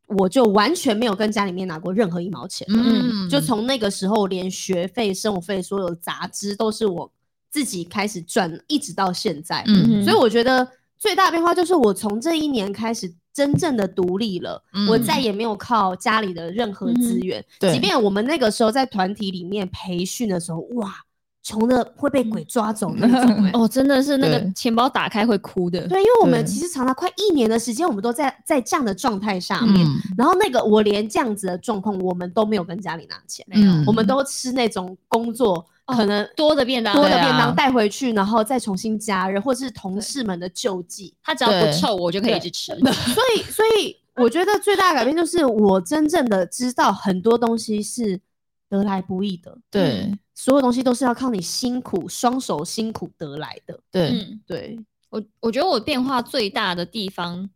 S2: 我就完全没有跟家里面拿过任何一毛钱。
S1: 嗯，
S2: 就从那个时候，连学费、生活费、所有杂支都是我自己开始赚，一直到现在。
S1: 嗯
S2: 所以我觉得最大的变化就是我从这一年开始真正的独立了，我
S1: 嗯
S2: 再也没有靠家里的任何资
S3: 嗯
S2: 源。
S1: 对
S2: 即便我们那个时候在团体里面培训的时候，哇，穷的会被
S1: 嗯
S2: 鬼抓走那种、 欸。
S3: 哦，真的是那
S1: 对
S3: 个钱包打开会哭的。
S2: 对，因为我们
S1: 对
S2: 其实长达快一年的时间，我们都在在这样的状态下面。
S1: 嗯
S2: 然后那个我连这样子的状况，我们都没有跟家里拿钱，
S3: 没有
S1: 嗯哦
S2: 我们都吃那种工作可能
S3: 多的便当，
S2: 多的
S1: 对啊
S2: 便当带回去，然后再重新加热，或是同事们的救济。
S3: 它只要不
S1: 对
S3: 臭，我就可以一直
S2: 对
S3: 吃。
S2: 所以，所以我觉得最大的改变就是我真正的知道很多东西是得来不易的，嗯
S1: 对
S2: 所有东西都是要靠你辛苦、双手辛苦得来的。
S1: 对，
S3: 嗯，
S2: 对，
S3: 我我觉得我变化最大的地方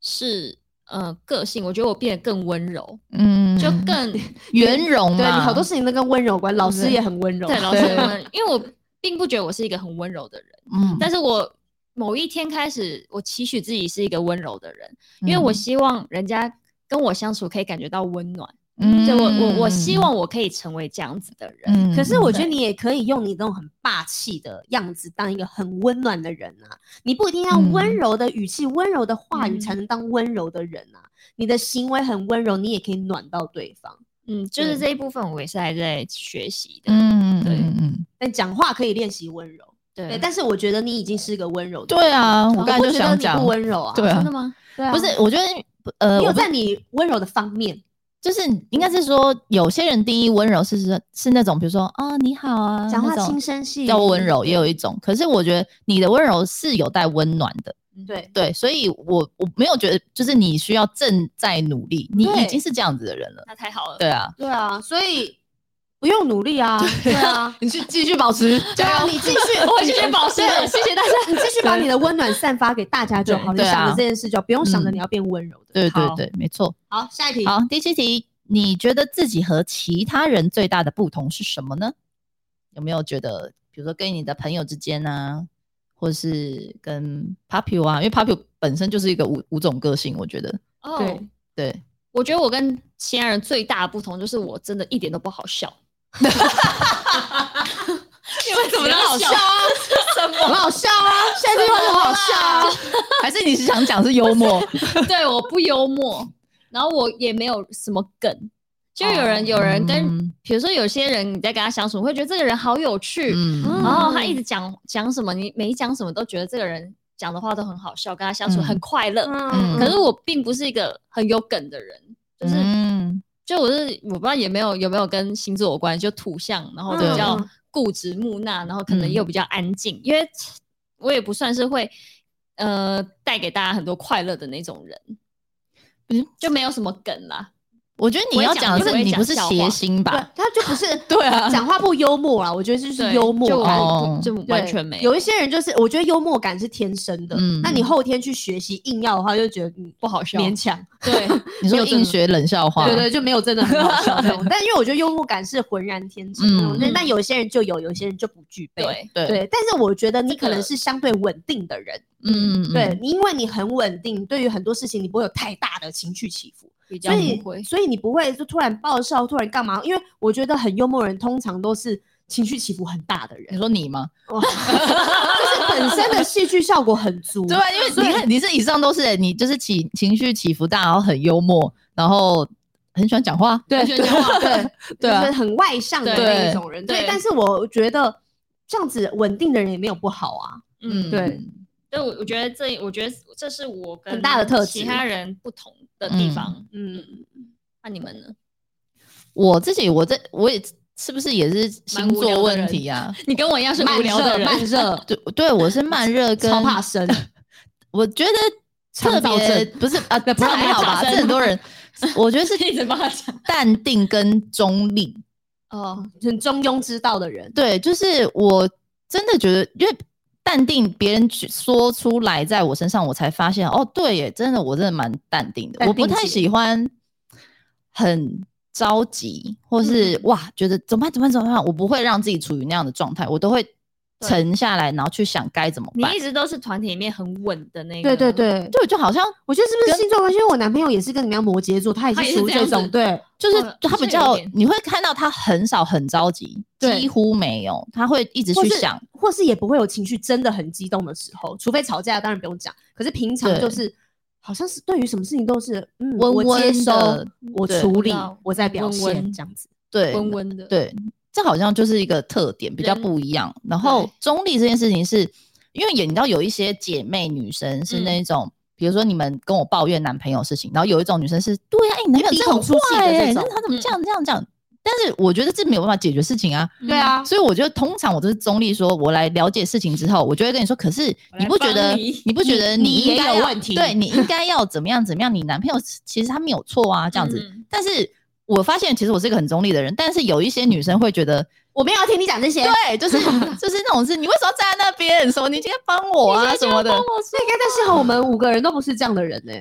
S3: 是呃个性，我觉得我变得更温柔，
S1: 嗯，
S3: 就更
S1: 圆融啊
S2: 对
S1: 嘛，
S2: 你好多事情都跟温柔有关，老师也很温柔。
S3: 对老师
S1: 对
S3: 们，因为我并不觉得我是一个很温柔的人，
S1: 嗯，
S3: 但是我某一天开始，我期
S1: 嗯
S3: 许自己是一个温柔的人，因为我希望人家跟我相处可以感觉到温暖。
S1: 嗯
S3: 所以我我我希望我可以成为这样子的人。
S1: 嗯
S2: 可是我觉得
S3: 对
S2: 你也可以用你那种很霸气的样子当一个很温暖的人啊，你不一定要温
S1: 嗯
S2: 柔的语气、温柔的话语
S3: 嗯
S2: 才能当温柔的人啊。你的行为很温柔，你也可以暖到对方，
S3: 嗯，就是
S2: 对
S3: 这一部分我也是还在学习的。
S1: 嗯嗯
S3: 对
S1: 嗯嗯，
S2: 但讲话可以练习温柔。对，
S3: 对，
S2: 但是我觉得你已经是个温柔的人。
S1: 对啊，我
S2: 我
S1: 刚才
S2: 不
S1: 就
S2: 觉得
S1: 想
S2: 你
S1: 讲
S2: 不，温柔啊。
S1: 对啊
S3: 真的吗？
S2: 对啊，
S1: 不是，我觉得呃，
S2: 你有
S1: 我不
S2: 在你温柔的方面，
S1: 就是应该是说，有些人定义温柔是是是那种，比如说啊你好啊，
S2: 讲话
S1: 那种
S2: 轻声细语，
S1: 叫温柔，也有一种。可是我觉得你的温柔是有带温暖的，
S3: 嗯
S2: 对。
S1: 对，所以我我没有觉得就是你需要正在努力，你
S2: 对
S1: 已经是这样子的人了，
S3: 那太好了。
S1: 对啊，
S2: 对啊，所以不用努力啊，对 啊，
S1: 你去继续保 持
S2: 对啊，你继续，
S3: 我继续保持
S2: 对
S3: 谢谢 大家。
S2: 你继续把你的温暖散发给大家就好，你
S1: 对
S2: 想着
S1: 对啊
S2: 这件事就好不用想着
S1: 嗯
S2: 你要变温柔的。
S1: 对对
S3: 好
S1: 对，没错。
S2: 好，下一题，
S1: 好，第七题，你觉得自己和其他人最大的不同是什么呢？有没有觉得，比如说跟你的朋友之间啊，或是跟 Papu 啊，因为 Papu 本身就是一个五五种个性，我觉得
S3: 哦
S2: 对
S1: 对，
S3: 我觉得我跟其他人最大的不同就是我真的一点都不好笑。你们怎么好笑啊？什
S2: 很
S3: 么？
S2: 好笑 啊，下一句话就很好笑啊，
S1: 还是你是想讲是幽默？
S3: 对，我不幽默，然后我也没有什么梗。就有人、
S2: 哦
S3: 有人跟，
S1: 嗯
S3: 比如说有些人你在跟他相处，会觉得这个人好有趣，
S1: 嗯
S3: 然
S2: 哦
S3: 后他一直讲讲什么，你每一讲什么都觉得这个人讲的话都很好笑，跟他相处
S1: 嗯
S3: 很快乐。
S1: 嗯
S3: 可是我并不是一个很有梗的人，就是、
S1: 嗯
S3: 就我是我不知道也没有有没有跟星座有关，就土象，然后比
S1: 嗯
S3: 较
S2: 嗯
S3: 固执木讷，然后可能
S1: 嗯
S3: 又比较安静，因为我也不算是会呃带给大家很多快乐的那种人，
S1: 嗯
S3: 就没有什么梗啦。
S1: 我觉得你要讲的
S3: 我
S1: 是
S3: 也
S1: 你
S3: 讲
S1: 不是
S3: 我也
S1: 谐
S3: 讲
S1: 星
S2: 对
S1: 吧？，
S2: 他就不是
S1: 对啊
S2: 讲话不幽默啊啦，我觉得就是
S3: 对
S2: 幽默
S3: 就我
S2: 感。
S1: 哦
S3: 就
S2: 对
S3: 完全没
S2: 有一些人就是，我觉得幽默感是天生的，
S1: 嗯
S2: 那你后天去学习硬要的话，就觉得嗯
S3: 不好笑，
S2: 勉强，
S3: 对
S1: 你
S3: 没
S1: 说
S3: 有这
S1: 硬
S3: 个
S1: 学冷笑话，
S2: 对对，就没有真的很好笑那 种。但因为我觉得幽默感是浑然天成那种
S1: 嗯，
S2: 但
S3: 嗯
S2: 但有些人就有，有些人就不具备。
S3: 对
S1: 对，
S2: 对，但是我觉得你
S3: 这
S2: 可能
S3: 个
S2: 是相对稳定的人，
S1: 嗯，嗯
S2: 对，你因为你很稳定，对于很多事情你不会有太大的情绪起伏，
S3: 比较
S2: 所
S3: 不
S2: 以
S3: 会。
S2: 所以你不会就突然爆笑，突然干嘛？因为我觉得很幽默的人通常都是情绪起伏很大的
S1: 你
S2: 人，
S1: 说你吗？
S2: 哇就是本身的戏剧效果很 足。
S1: 对吧？啊因为你看，你是以上都是你就是起情绪起伏大，然后很幽默，然后很喜欢讲话，
S2: 对
S3: 完
S2: 对
S3: 全讲 话
S2: 对，
S1: 对啊
S2: 就是很外向的
S3: 对
S2: 那一种人。对，
S3: 对
S2: 但是我觉得这样子稳定的人也没有不好啊。
S3: 嗯，
S2: 对
S3: 对，我我觉得这，我觉得这是我跟
S2: 很大的特
S3: 其
S2: 质
S3: 他人不同的地
S1: 嗯
S3: 方。
S2: 嗯，
S3: 那你们呢？
S1: 我自己我这我也是不是也是星
S3: 蛮无聊
S1: 座
S3: 的
S1: 问
S3: 人
S1: 题啊？
S3: 你跟我一样是
S2: 慢
S3: 无聊的
S2: 热，
S3: 人，
S2: 慢 热，
S1: 对对，我是慢热跟
S2: 超怕生。
S1: 我觉得特
S2: 肠燥
S1: 别
S2: 症
S1: 不是啊，这
S3: 不是
S1: 还好吧？
S3: 肠燥症
S1: 这很多 人，我觉得是
S3: 一直帮他讲
S1: 淡定跟中立。
S3: 哦，
S2: 很中庸之道的人，
S1: 对，就是我真的觉得，因为淡定，别人去说出来，在我身上，我才发现，哦，对耶，真的，我真的蛮淡定的，
S2: 淡
S1: 我不
S2: 定
S1: 太
S2: 姐
S1: 喜欢很着急，或是、
S2: 嗯
S1: 哇，觉得怎么办，怎么办，怎么办，我不会让自己处于那样的状态，我都会
S3: 对
S1: 沉下来，然后去想该怎么
S3: 你
S1: 办
S3: 一。直都是团体里面很稳的那
S2: 对
S3: 个，
S2: 对，对，
S1: 对，就好像
S2: 我觉得是不是星座关系？因为我男朋友也是跟你们一样摩羯座，他也
S3: 他也
S2: 是
S3: 是
S2: 属于
S3: 这样
S2: 这
S3: 子
S2: 种，对，
S1: 就是
S2: 嗯
S3: 哦
S1: 他
S3: 好
S1: 比
S3: 像有
S1: 较
S3: 点，
S1: 你会看到他很少很着急，
S2: 对
S1: 几乎没有，他会一直
S2: 或
S1: 去
S2: 是
S1: 想，
S2: 或是也不会有情绪真的很激动的时候，除非吵架，当然不用讲。可是平常
S1: 对
S2: 就是好像是对于什么事情都是嗯，
S1: 温
S2: 我接
S1: 温
S2: 收
S1: 的，
S2: 我
S1: 对
S2: 处
S3: 我
S2: 理
S3: 知道，
S2: 我再表
S3: 温
S2: 现
S3: 温
S2: 这样子。
S1: 对，
S3: 温温的，，
S1: 对，这好像就是一个特点，比较
S3: 人
S1: 不一样。然后中立这件事情是，因为也你知道有一些姐妹女生是
S2: 嗯
S1: 那种，比如说你们跟我抱怨男朋友的事情，然后有一种女生是，对呀、啊，你男朋友
S2: 低
S1: 真的
S2: 头
S1: 很
S2: 出气的
S1: 坏
S2: 这
S1: 欸那
S2: 种
S1: 他怎么
S3: 嗯
S1: 这样这样这样？但是我觉得这没有办法解决事情啊，
S3: 嗯
S2: 对，啊，
S1: 所以我觉得通常我都是中立说，我来了解事情之后，我就会跟你说，可是
S3: 我
S1: 你
S3: 来
S1: 不觉
S3: 帮
S1: 得
S3: 你
S1: 你不觉得
S2: 你
S1: 应
S2: 也
S1: 该
S2: 有
S1: 要
S2: 问题
S1: 对你应该要怎么样怎么样？你男朋友其实他没有错啊，这样子。但是我发现其实我是一个很中立的人，但是有一些女生会觉得，
S2: 我没有要听你讲这些，那
S1: 对，就是就是那种是你为什么要站在那边？什么你今天帮我啊什么的？
S2: 应该但是和我们五个人都不是这样的人呢。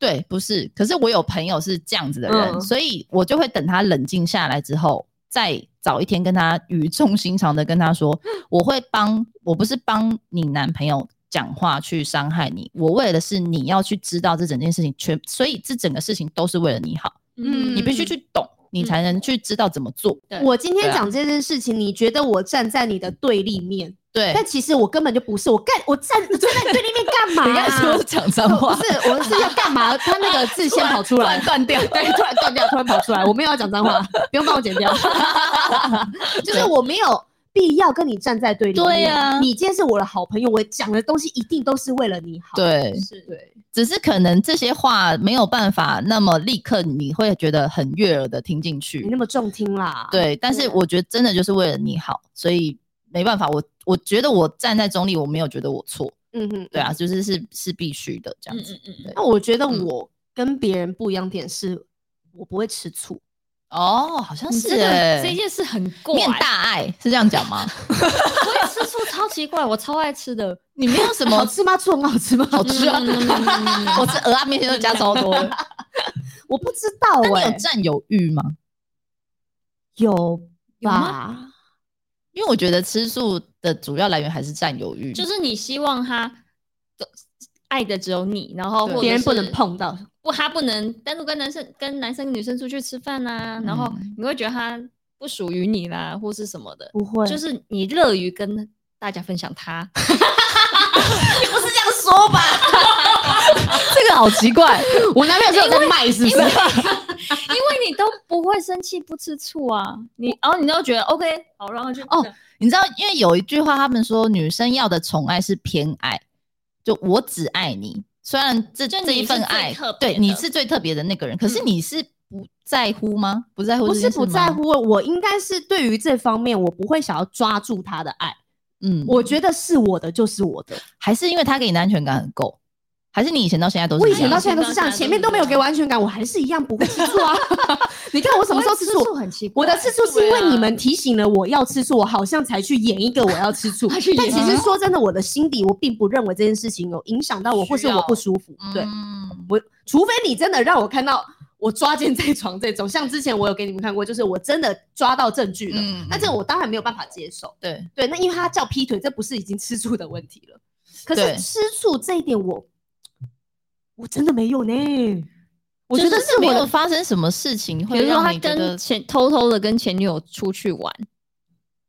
S1: 对，不是。可是我有朋友是这样子的人，
S2: 嗯
S1: 所以我就会等他冷静下来之后，再找一天跟他语重心长的跟他说，我会帮我不是帮你男朋友。讲话去伤害你，我为的是你要去知道这整件事情全，所以这整个事情都是为了你好。
S2: 嗯
S1: 你必须去懂，你才能去知道怎么做。
S3: 对
S2: 我今
S1: 对
S2: 天
S1: 啊
S2: 讲这件事情，你觉得我站在你的对立面，
S1: 对，
S2: 但其实我根本就不是，我干我站站在你对立面干嘛、啊
S1: 你刚才说讲 脏
S2: 不
S1: 话，
S2: 是，我是要干嘛？他那个字先跑出
S1: 突
S2: 来
S1: 然，断掉。
S2: 对，突然断掉，突然跑出来，我没有要讲脏话， 不用帮我剪掉，就是我没有必要跟你站在对立面。
S1: 对啊
S2: 你今天是我的好朋友，我讲的东西一定都是为了你好。
S1: 对，
S3: 是
S2: 对，
S1: 只是可能这些话没有办法那么立刻，你会觉得很悦耳的听进
S2: 没
S1: 去。
S2: 那么中听啦。，
S1: 对，但是
S3: 对
S1: 我觉得真的就是为了你好，所以没办法，我我觉得我站在中立，我没有觉得我错。
S2: 嗯哼，
S1: 对啊，。就是是是必须的这样子。
S3: 嗯
S1: 对
S2: 那我觉得
S1: 嗯
S2: 我跟别人不一样点是，我不会吃醋。
S1: 哦，好像
S3: 你
S1: 是
S3: 这个这
S1: 欸
S3: 件事很怪，
S1: 面大爱是这样讲吗？
S3: 我也吃醋超奇怪，我超爱 吃的，嗯
S1: 你没有什
S2: 好
S1: 么
S2: 吃吗？醋很好吃吗？
S1: 好吃啊， 我吃鹅啊面线都加超多的。
S2: 我不知道
S1: 那你
S2: 哎、
S1: 有占有欲吗？
S2: 有
S3: 有
S2: 吧？
S1: 因为我觉得吃素的主要来源还是占有欲，
S3: 就是你希望他的爱的只有你，然后
S1: 对
S3: 或者
S2: 别人不能
S3: 是
S2: 碰到，
S3: 不，他不能单独跟男生、跟男生、跟女生出去吃饭啊，然后
S1: 嗯
S3: 你会觉得他不属于你啦，或是什么的，
S2: 不会，
S3: 就是你乐于跟大家分享他。
S1: 不是这样说吧？ 这个好奇怪，
S2: 我男朋友是有在卖，是不是？
S3: 因为你都不会生气、不吃醋啊，你然后你都觉得 OK，好，然后就
S1: 哦你知道，因为有一句话，他们说女生要的宠爱是偏爱，就我只爱你。虽然这
S3: 就你
S1: 这一份
S3: 是最
S1: 爱
S3: 特，别
S1: 对
S3: 的
S1: 你是最特别的那个人，可是
S3: 嗯
S1: 你是不在乎吗？不在乎
S2: 不
S1: 这
S2: 是
S1: 件事吗，
S2: 不在乎，我应该是对于这方面，我不会想要抓住他的爱，
S1: 嗯，
S2: 我觉得是我的就是我的。
S1: 还是因为他给你的安全感很够，还是你以前到现在都是
S2: 我以
S1: 这
S2: 前
S1: 样
S2: 到现在都是这样，
S3: 哎我以前到现在都是这样
S2: 前面都没有给我安全感，我还是一样不会吃醋 啊。你看我什么时候吃
S3: 我会吃醋
S2: 醋？
S3: 很奇怪，
S2: 我的吃醋是因
S3: 对啊
S2: 为你们提醒了我要吃醋，我好像才去演一个我要吃醋。
S3: 他去演
S1: 啊
S2: 但其实说真的，我的心底我并不认为这件事情有影响到我，
S1: 需
S2: 或是我
S1: 要
S2: 不舒服。对，
S1: 嗯
S2: 我除非你真的让我看到我抓奸在床这种，像之前我有给你们看过，就是我真的抓到证据了，
S1: 嗯
S2: 那这我当然没有办法接受。
S1: 对，
S2: 对，那因为他叫劈腿，这不是已经吃醋的问题了。可
S1: 对
S2: 是吃醋这一点我，我真的没有呢。我觉得
S1: 就是没
S2: 我
S1: 有
S2: 的，
S1: 发生什么事情
S3: 比
S1: 会
S3: 如说
S1: 让
S3: 他
S1: 你觉
S3: 跟
S1: 得
S3: 前偷偷的跟前女友出去玩，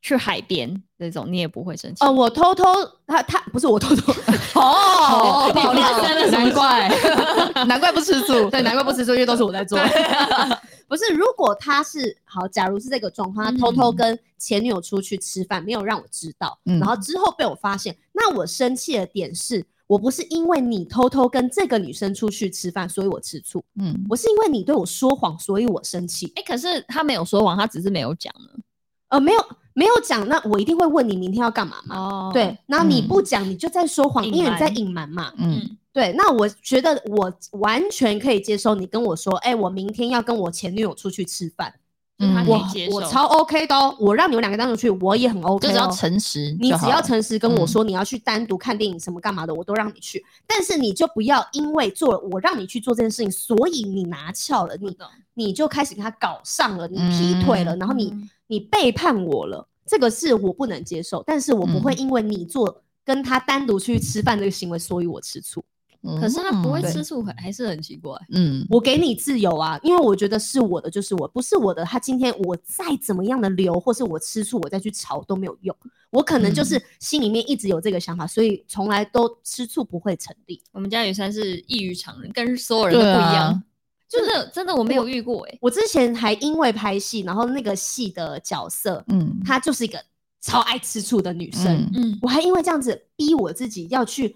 S3: 去海边那种，你也不会生气。
S2: 呃，我偷偷他他不是我偷偷 哦，
S3: 你
S2: 爆料
S3: 发生了什么
S2: 难
S3: 事
S2: 怪
S1: 难怪不吃醋，
S2: 对，难怪不吃醋，因为都是我在做。不是，如果他是好，假如是这个状况，他偷偷
S1: 嗯
S2: 跟前女友出去吃饭，没有让我知道，
S1: 嗯
S2: 然后之后被我发现，那我生气的点是我不是因为你偷偷跟这个女生出去吃饭，所以我吃醋，
S1: 嗯，
S2: 我是因为你对我说谎，所以我生气。
S3: 哎、可是他没有说谎，他只是没有讲呢。
S2: 呃，没有没有讲，那我一定会问你明天要干嘛嘛？
S3: 哦
S2: 对，，那你
S1: 嗯
S2: 不讲，你就在说谎，
S3: 隐
S2: 因为你在
S3: 瞒
S2: 隐瞒嘛。
S1: 嗯
S2: 对，那我觉得我完全可以接受你跟我说，哎、我明天要跟我前女友出去吃饭，
S3: 就是他
S1: 嗯
S3: 可
S2: 我
S3: 以接受。
S2: 我超 OK 的哦，我让你们两个单独去，我也很 OK，、
S1: 就
S2: 哦、
S1: 只要诚实
S2: 你
S1: 就好了，嗯
S2: 只要诚实跟我说你要去单独看电影什么干嘛的，我都让你去。但是你就不要因为做了我让你去做这件事情，所以你拿翘了，你
S3: 懂
S2: 你就开始跟他搞上了，你劈腿了，
S1: 嗯
S2: 然后你
S3: 嗯
S2: 你背叛我了，这个是我不能接受。但是我不会
S1: 嗯
S2: 因为你做跟他单独去吃饭这个行为，所以我吃醋。
S1: 嗯，
S3: 可是他不会
S1: 对
S3: 吃醋，很还是很奇怪。
S1: 嗯，
S2: 我给你自由啊，因为我觉得是我的就是我，不是我的。他今天我再怎么样的留，或是我吃醋，我再去吵都没有用。我可
S1: 嗯
S2: 能就是心里面一直有这个想法，所以从来都吃醋不会成立。
S3: 我们家雨珊是异于常人，跟所有人都不
S1: 对
S3: 一
S1: 啊
S3: 样。真的真的我没有遇过哎、
S2: 我之前还因为拍戏，然后那个戏的角色，
S1: 嗯，
S2: 她就是一个超爱吃醋的女生，
S1: 嗯
S3: 嗯，
S2: 我还因为这样子逼我自己要去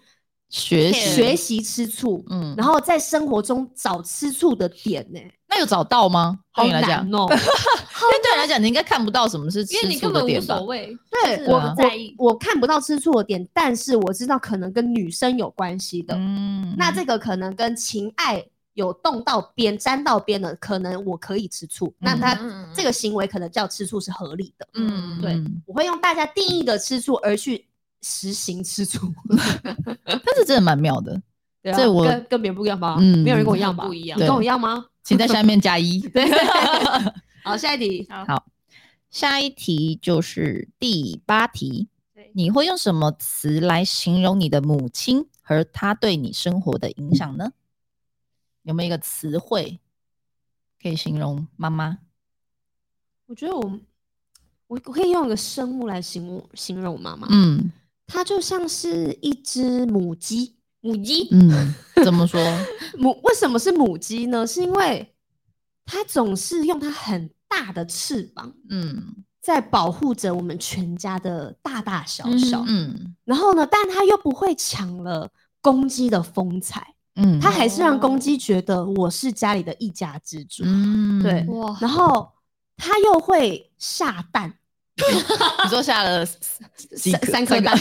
S1: 学习
S2: 学，习吃醋，
S1: 嗯，
S2: 然后在生活中找吃醋的点呢、
S1: 那有找到吗？
S2: 好
S1: 对你来
S2: 难
S1: 讲，因
S2: 哦、
S1: 为对你来讲，你应该看不到什么是吃
S3: 因为你
S1: 醋
S3: 根
S1: 的
S3: 本无
S1: 点吧
S3: 所？谓，
S2: 对
S3: 就是
S2: 我
S3: 不在意。
S2: 我我看不到吃醋的点，但是我知道可能跟女生有关系的。
S1: 嗯
S2: 那这个可能跟情爱有动到边、沾到边的，可能我可以吃醋。那
S1: 嗯
S2: 他
S3: 嗯
S2: 这个行为可能叫吃醋是合理的。
S3: 嗯
S2: 对
S1: 嗯
S2: 我会用大家定义的吃醋而去实行吃醋。
S1: 但是真的蛮妙的，
S2: 对啊
S1: 这我
S2: 跟跟别人不一样吧？
S1: 嗯
S2: 没有人跟我一样吧？
S3: 不一样
S2: 你跟我
S1: 对
S2: 一样吗？
S1: 请在下面加一。
S2: 对。好，下一题。
S1: 下一题就是第八题
S3: 对，
S1: 你会用什么词来形容你的母亲和她对你生活的影响呢？有没有一个词汇可以形容妈妈？
S2: 我觉得我我我可以用一个生物来形容形容妈妈，
S1: 嗯
S2: 它就像是一只母鸡，母鸡，
S1: 嗯，怎么说？
S2: 母为什么是母鸡呢？是因为它总是用它很大的翅膀
S1: 嗯
S2: 在保护着我们全家的大大小小，
S1: 嗯
S2: 然后呢，但它又不会抢了公鸡的风采，
S1: 嗯，
S2: 它还是让
S3: 哦
S2: 公鸡觉得我是家里的一家之主，
S1: 嗯
S2: 对
S3: 哇，
S2: 然后它又会下 蛋，
S1: 你说下了几
S2: 三三颗蛋，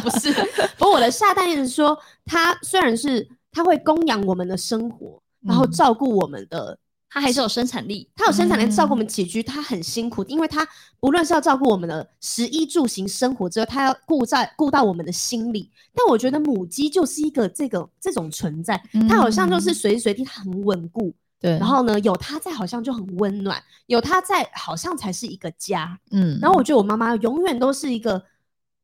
S2: 不是，不过我的下蛋意思是说，它虽然是它会供养我们的生活， 然后
S1: 嗯
S2: 照顾我们的
S3: 它还是有生 产力。
S2: 他有生产力照顾我
S1: 嗯
S2: 们起居，他很辛苦，因为他不论是要照顾我们的食衣住行生活之后，他要顾在顾到我们的心理。但我觉得母鸡就是一个这个这种存在，它好像就是
S1: 嗯
S2: 随时随地它很稳固，
S1: 对，
S2: 然后呢有它在好像就很温暖，有它在好像才是一个家。
S1: 嗯，
S2: 然后我觉得我妈妈永远都是一个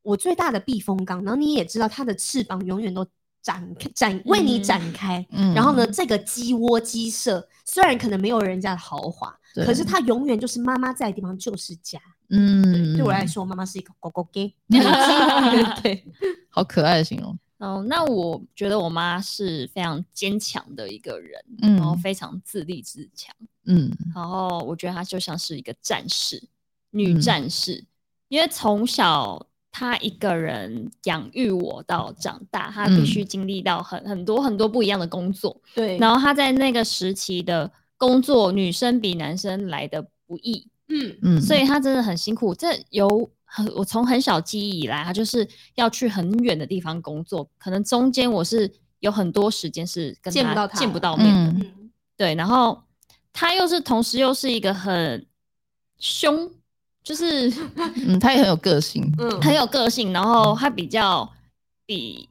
S2: 我最大的避风港，然后你也知道它的翅膀永远都展开展为你
S3: 嗯
S2: 展开，
S1: 嗯，
S2: 然后呢，这个鸡窝鸡舍虽然可能没有人家的豪华，
S1: 对，
S2: 可是它永远就是妈妈在的地方就是家。
S1: 嗯，
S2: 对我来说，妈妈是一个狗狗 gay。对，
S1: 好可爱的形容，
S3: 嗯，那我觉得我妈是非常坚强的一个人，
S1: 嗯
S3: 然后非常自立自强，
S1: 嗯
S3: 然后我觉得她就像是一个战士，女
S1: 嗯
S3: 战士，因为从小她一个人养育我到长大，她必
S1: 嗯
S3: 须经历到很很多很多不一样的工作，
S2: 对然后
S3: 然后她在那个时期的工作，女生比男生来的不易，
S2: 嗯，
S1: 嗯，
S3: 所以他真的很辛苦。这由很我从很小记忆以来，他就是要去很远的地方工作，可能中间我是有很多时间是跟
S2: 见不到
S3: 他
S2: 他
S3: 见不到面的，
S1: 嗯
S2: 嗯
S3: 对。然后他又是同时又是一个很凶，就是
S1: 嗯，他也很有个性，
S2: 嗯，
S3: 很有个性，然后他比较比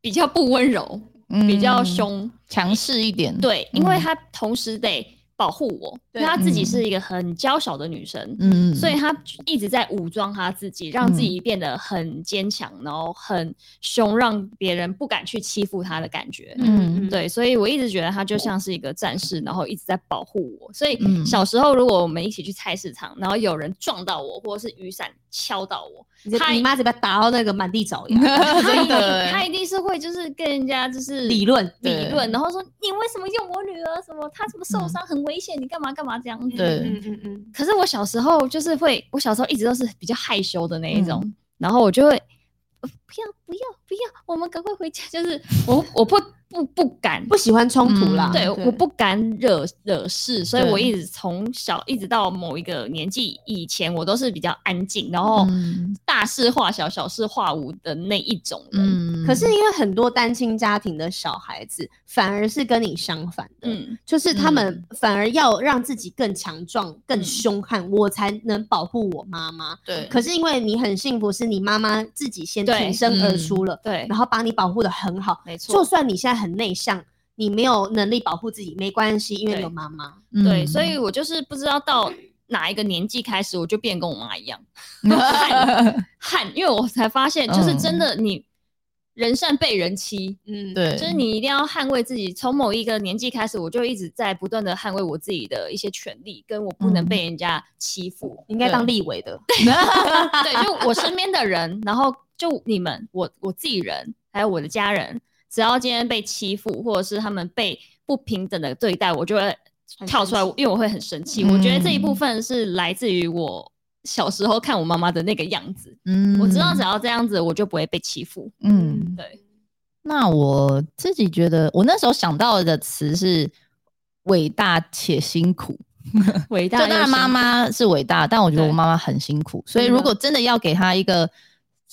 S3: 比较不温柔，比较
S1: 嗯，
S3: 凶，
S1: 强势一点，，
S3: 对，因为
S1: 嗯
S3: 他同时得保护我，因为
S2: 对
S3: 他自己
S1: 嗯
S3: 是一个很娇小的女生，
S1: 嗯，
S3: 所以他一直在武装他自己，让自己变得很坚强，然后很凶，让别人不敢去欺负他的感觉。
S1: 嗯
S3: 对，所以我一直觉得他就像是一个战士，然后一直在保护我。所以
S1: 嗯
S3: 小时候，如果我们一起去菜市场，然后有人撞到我，或者是雨伞敲到 我，
S2: 你这
S3: 他
S2: 你妈这边打到那个满地找牙，
S3: 他一
S1: 真
S3: 定
S1: 的欸
S3: 他一定是会就是跟人家就是
S2: 理论
S3: 理
S1: 对
S3: 论，然后说你为什么用我女儿？什么她什么受伤很危险，你干嘛干嘛这样
S1: 嗯
S3: 子。
S1: 对
S2: 嗯嗯嗯
S3: 可是我小时候就是会，我小时候一直都是比较害羞的那一种，
S1: 嗯
S3: 然后我就会呃不要不要不要，我们赶快回家。 就是我我不不不敢，
S2: 不喜欢冲突啦。
S1: 嗯
S3: 对，我不敢惹惹事，所以我
S1: 对
S3: 一直从小一直到某一个年纪以前，我都是比较安静，然后
S1: 嗯
S3: 大事化小，小事化无的那一种
S1: 嗯，
S3: 人。
S2: 可是因为很多单亲家庭的小孩子，反而是跟你相反的，
S3: 嗯
S2: 就是他们
S1: 嗯
S2: 反而要让自己更强壮、更
S3: 嗯
S2: 凶悍，我才能保护我妈妈。
S1: 对，
S2: 可是因为你很幸福，是你妈妈自己先
S3: 对
S2: 挺身而出了，
S1: 嗯
S3: 对
S2: 然，后把你保护的很好。
S3: 没错，
S2: 就算你现在很内向，你没有能力保护自己，没关系，因为
S3: 对
S2: 有妈妈。
S3: 对，
S1: 嗯
S3: 所以我就是不知道到哪一个年纪开始，我就变跟我妈一样 汗，因为我才发现，就是真的你人善被人欺，
S2: 嗯，
S1: 对，
S3: 就是你一定要捍卫自己。从某一个年纪开始，我就一直在不断的捍卫我自己的一些权利，跟我不能
S1: 嗯
S3: 被人家欺负。
S2: 应该当
S1: 对
S2: 立委的。
S3: 对，就我身边的人，然后就你们，我我自己人，还有我的家人，只要今天被欺负，或者是他们被不平等的对待，我就会
S2: 很
S3: 跳
S2: 生
S3: 出来
S2: 气，
S3: 因为我会很生气。我觉得这一部
S1: 嗯
S3: 分是来自于我小时候看我妈妈的那个样子，
S1: 嗯
S3: 我知道只要这样子，我就不会被 欺负。
S1: 嗯。
S3: 对，
S1: 那我自己觉得，我那时候想到的词是伟大且辛苦。
S3: 伟
S1: 就
S3: 大
S1: 当然妈妈是伟大，但我觉得我
S3: 对
S1: 妈妈很辛苦，所以如果真的要给她一个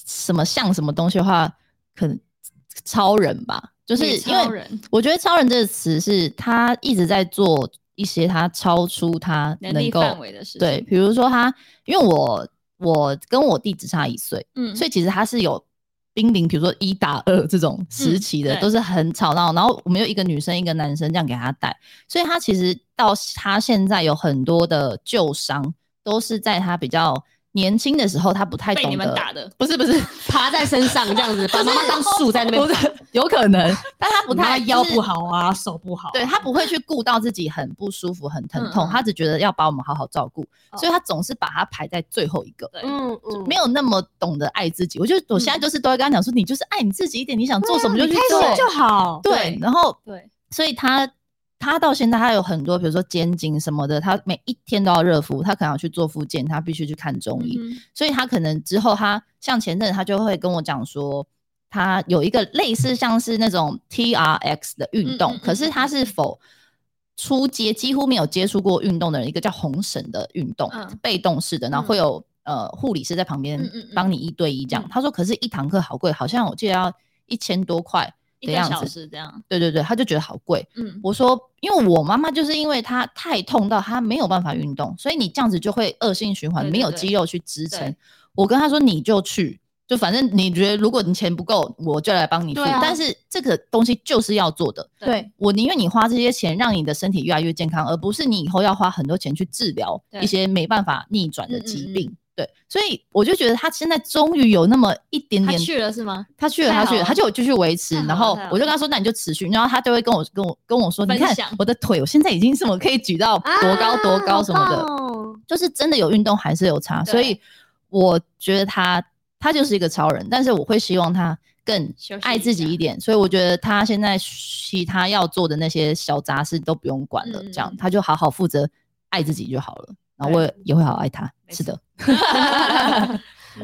S1: 什么像什么东西的话，可能超人吧，就
S3: 就是
S1: 因
S3: 超
S1: 为
S3: 人
S1: 我觉得“超人”这个词是她一直在做一些她超出她
S3: 能
S1: 能
S3: 力
S1: 够
S3: 范围的事情。
S1: 对，，比如说她，因为我我跟我弟只差一岁，
S3: 嗯，
S1: 所以其实他是有濒临，比如说一打二这种时期的，
S3: 嗯对
S1: 都是很吵闹。然后我们有一个女生一个男生这样给他带，所以他其实到他现在有很多的旧伤，都是在他比较年轻的时候他不太
S3: 被
S1: 懂
S3: 你们
S1: 得
S3: 打的，
S1: 不是不是，
S2: 爬在身上这样 子，把妈妈当树在那边
S1: 不
S2: 爬，
S1: 是有可 能，但他不
S2: 妈妈
S1: 太
S2: 腰
S1: 就是
S2: 不好啊，手不好啊，
S1: 对他不会去顾到自己很不舒服、很疼痛，
S3: 嗯嗯
S1: 他只觉得要把我们好好照顾，
S3: 哦
S1: 所以他总是把它排在最后一个，
S3: 对，
S2: 嗯嗯
S1: 没有那么懂得爱自己。我就我现在就是都会跟他讲说，你就是爱你自己一点，你想做什么就去
S2: 啊开
S1: 做，
S2: 心就好。
S1: 对。然后，
S3: 对，
S1: 所以他他到现在他有很多，比如说肩颈什么的，他每一天都要热敷，他可能要去做复健，他必须去看中医，
S3: 嗯哼
S1: 所以他可能之后他像前阵子他就会跟我讲说，他有一个类似像是那种 T R X 的运动，
S3: 嗯嗯嗯
S1: 可是他是否出街几乎没有接触过运动的人，一个叫红绳的运动，
S3: 嗯
S1: 被动式的，然后会有、呃护理师在旁边
S3: 嗯嗯嗯
S1: 帮你一对一这样。
S3: 嗯
S1: 他说，可是一堂课好贵，好像我记得要一千多块。
S3: 一
S1: 的
S3: 个
S1: 样
S3: 小
S1: 子，
S3: 时这样，
S1: 对对对，他就觉得好贵。
S3: 嗯，
S1: 我说，因为我妈妈就是因为她太痛到她没有办法运动，所以你这样子就会恶性循环，
S3: 对对
S1: 没有
S3: 对
S1: 肌肉去支撑
S3: 对。
S1: 我跟她说，你就去，就反正你觉得如果你钱不够，我就来帮你付。
S2: 对啊
S1: 但是这个东西就是要做的，
S2: 对，
S1: 我宁愿你花这些钱让你的身体越来越健康，而不是你以后要花很多钱去治疗
S3: 对
S1: 一些没办法逆转的
S3: 嗯嗯
S1: 疾
S3: 嗯
S1: 病。对，所以我就觉得她现在终于有那么一点
S3: 他
S1: 点
S3: 去了是吗？
S1: 他去了，
S3: 太
S1: 他
S3: 好
S1: 去了，
S3: 了
S1: 他就有继续维持
S3: 太，好
S1: 然
S3: 了
S1: 后
S3: 太好
S1: 我就跟
S3: 了
S1: 他说，那你就持续，然后他就会跟我跟我跟我说，你
S3: 分
S1: 看
S3: 享啊
S1: 我的腿，我现在已经什么可以举到多
S2: 啊
S1: 高多高什么的，
S2: 的，
S1: 就是真的有运动还是有差，所
S3: 哦对
S1: 以我觉得他他就是一个超人，但是我会希望他更
S3: 休息
S1: 爱
S3: 一
S1: 自己
S3: 下
S1: 一点，所以我觉得他现在其他要做的那些小杂事都不用管了，这样
S3: 嗯嗯嗯
S1: 他就好好负责爱自己就好了，然后
S3: 对
S1: 我也也会好好爱他，
S3: 没
S1: 是的，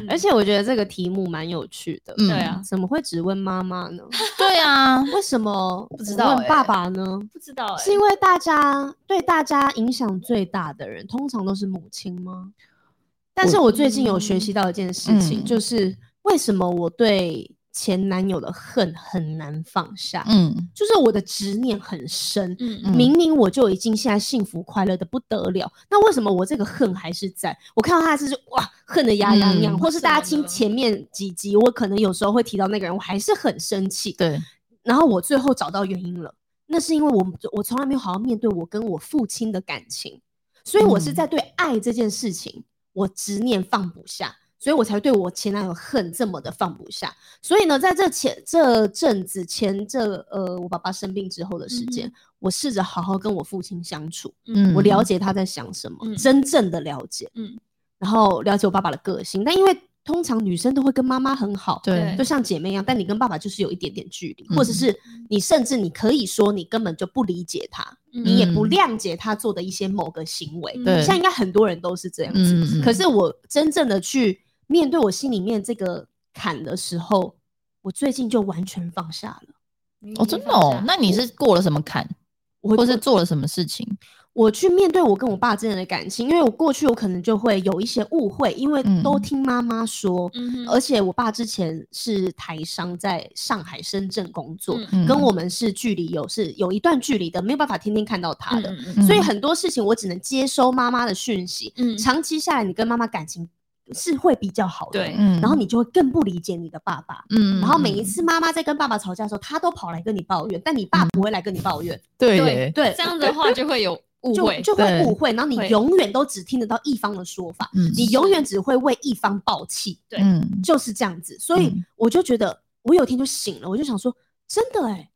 S2: 而且我觉得这个题目蛮有趣的。
S1: 嗯
S3: 对啊，
S2: 怎么会只问妈妈呢？
S1: 对啊，
S2: 为什么
S1: 不知道
S2: 问
S1: 欸
S2: 爸爸呢？
S3: 不知
S1: 哎
S3: 道欸，
S2: 是因为大家对大家影响最大的人，通常都是母亲吗？但是我最近有学习到一件事情，
S1: 嗯
S2: 就是为什么我对前男友的恨很难放下，
S1: 嗯
S2: 就是我的执念很深。
S3: 嗯
S1: 嗯
S2: 明明我就已经现在幸福快乐的不得了，那为什么我这个恨还是在？我看到他是哇恨得牙痒痒，
S1: 嗯
S2: 或是大家
S3: 什
S2: 听
S3: 么呢
S2: 前面几集，我可能有时候会提到那个人，我还是很生气。
S1: 对，
S2: 然后我最后找到原因了，那是因为我我从来没有好好面对我跟我父亲的感情，所以我是
S1: 嗯
S2: 在对爱这件事情，我执念放不下，所以我才对我前男友恨这么的放不下。所以呢，在这前这阵子前这呃我爸爸生病之后的时间，
S3: 嗯
S2: 我试着好好跟我父亲相处，
S1: 嗯，
S2: 我了解他在想什么，
S3: 嗯
S2: 真正的了解，
S3: 嗯
S2: 然后了解我爸爸的个性。但因为通常女生都会跟妈妈很好，
S1: 对
S2: 就像姐妹一样，但你跟爸爸就是有一点点距离，
S1: 嗯
S2: 或者是你甚至你可以说你根本就不理解他，你也不
S1: 嗯
S2: 谅解他做的一些某个行为。
S1: 对
S2: 现在应该很多人都是这样子，
S1: 嗯嗯嗯
S2: 可是我真正的去面对我心里面这个坎的时候，我最近就完全放下了。
S1: 哦，真的哦，那你是过了什么坎，
S2: 我
S1: 或是做了什么事情？
S2: 我去面对我跟我爸之间的感情，因为我过去我可能就会有一些误会，因为
S1: 嗯
S2: 都听妈妈说，
S3: 嗯
S2: 而且我爸之前是台商，在上海、深圳工作，
S3: 嗯
S1: 嗯
S2: 跟我们是距离有是有一段距离的，没有办法天天看到他的，所以很多事情我只能接收妈妈的讯息。
S3: 嗯
S2: 长期下来，你跟妈妈感情是会比较好的，
S3: 对
S1: 嗯
S2: 然后你就会更不理解你的爸爸。
S1: 嗯
S2: 然后每一次妈妈在跟爸爸吵架的时候，他都跑来跟你抱怨，但你爸不会来跟你抱怨，
S1: 嗯对
S3: 嗯对
S2: 对
S3: 这样的话就会有 误
S2: 就
S3: 会，
S2: 就会
S1: 对
S2: 误会，然后你
S3: 会
S2: 永远都只听得到一方的说法，
S1: 嗯
S2: 你永远只会为一方抱气。
S3: 对
S1: 嗯
S2: 就是这样子，所以
S1: 嗯
S2: 我就觉得，我有一天就醒了，我就想说，真的哎、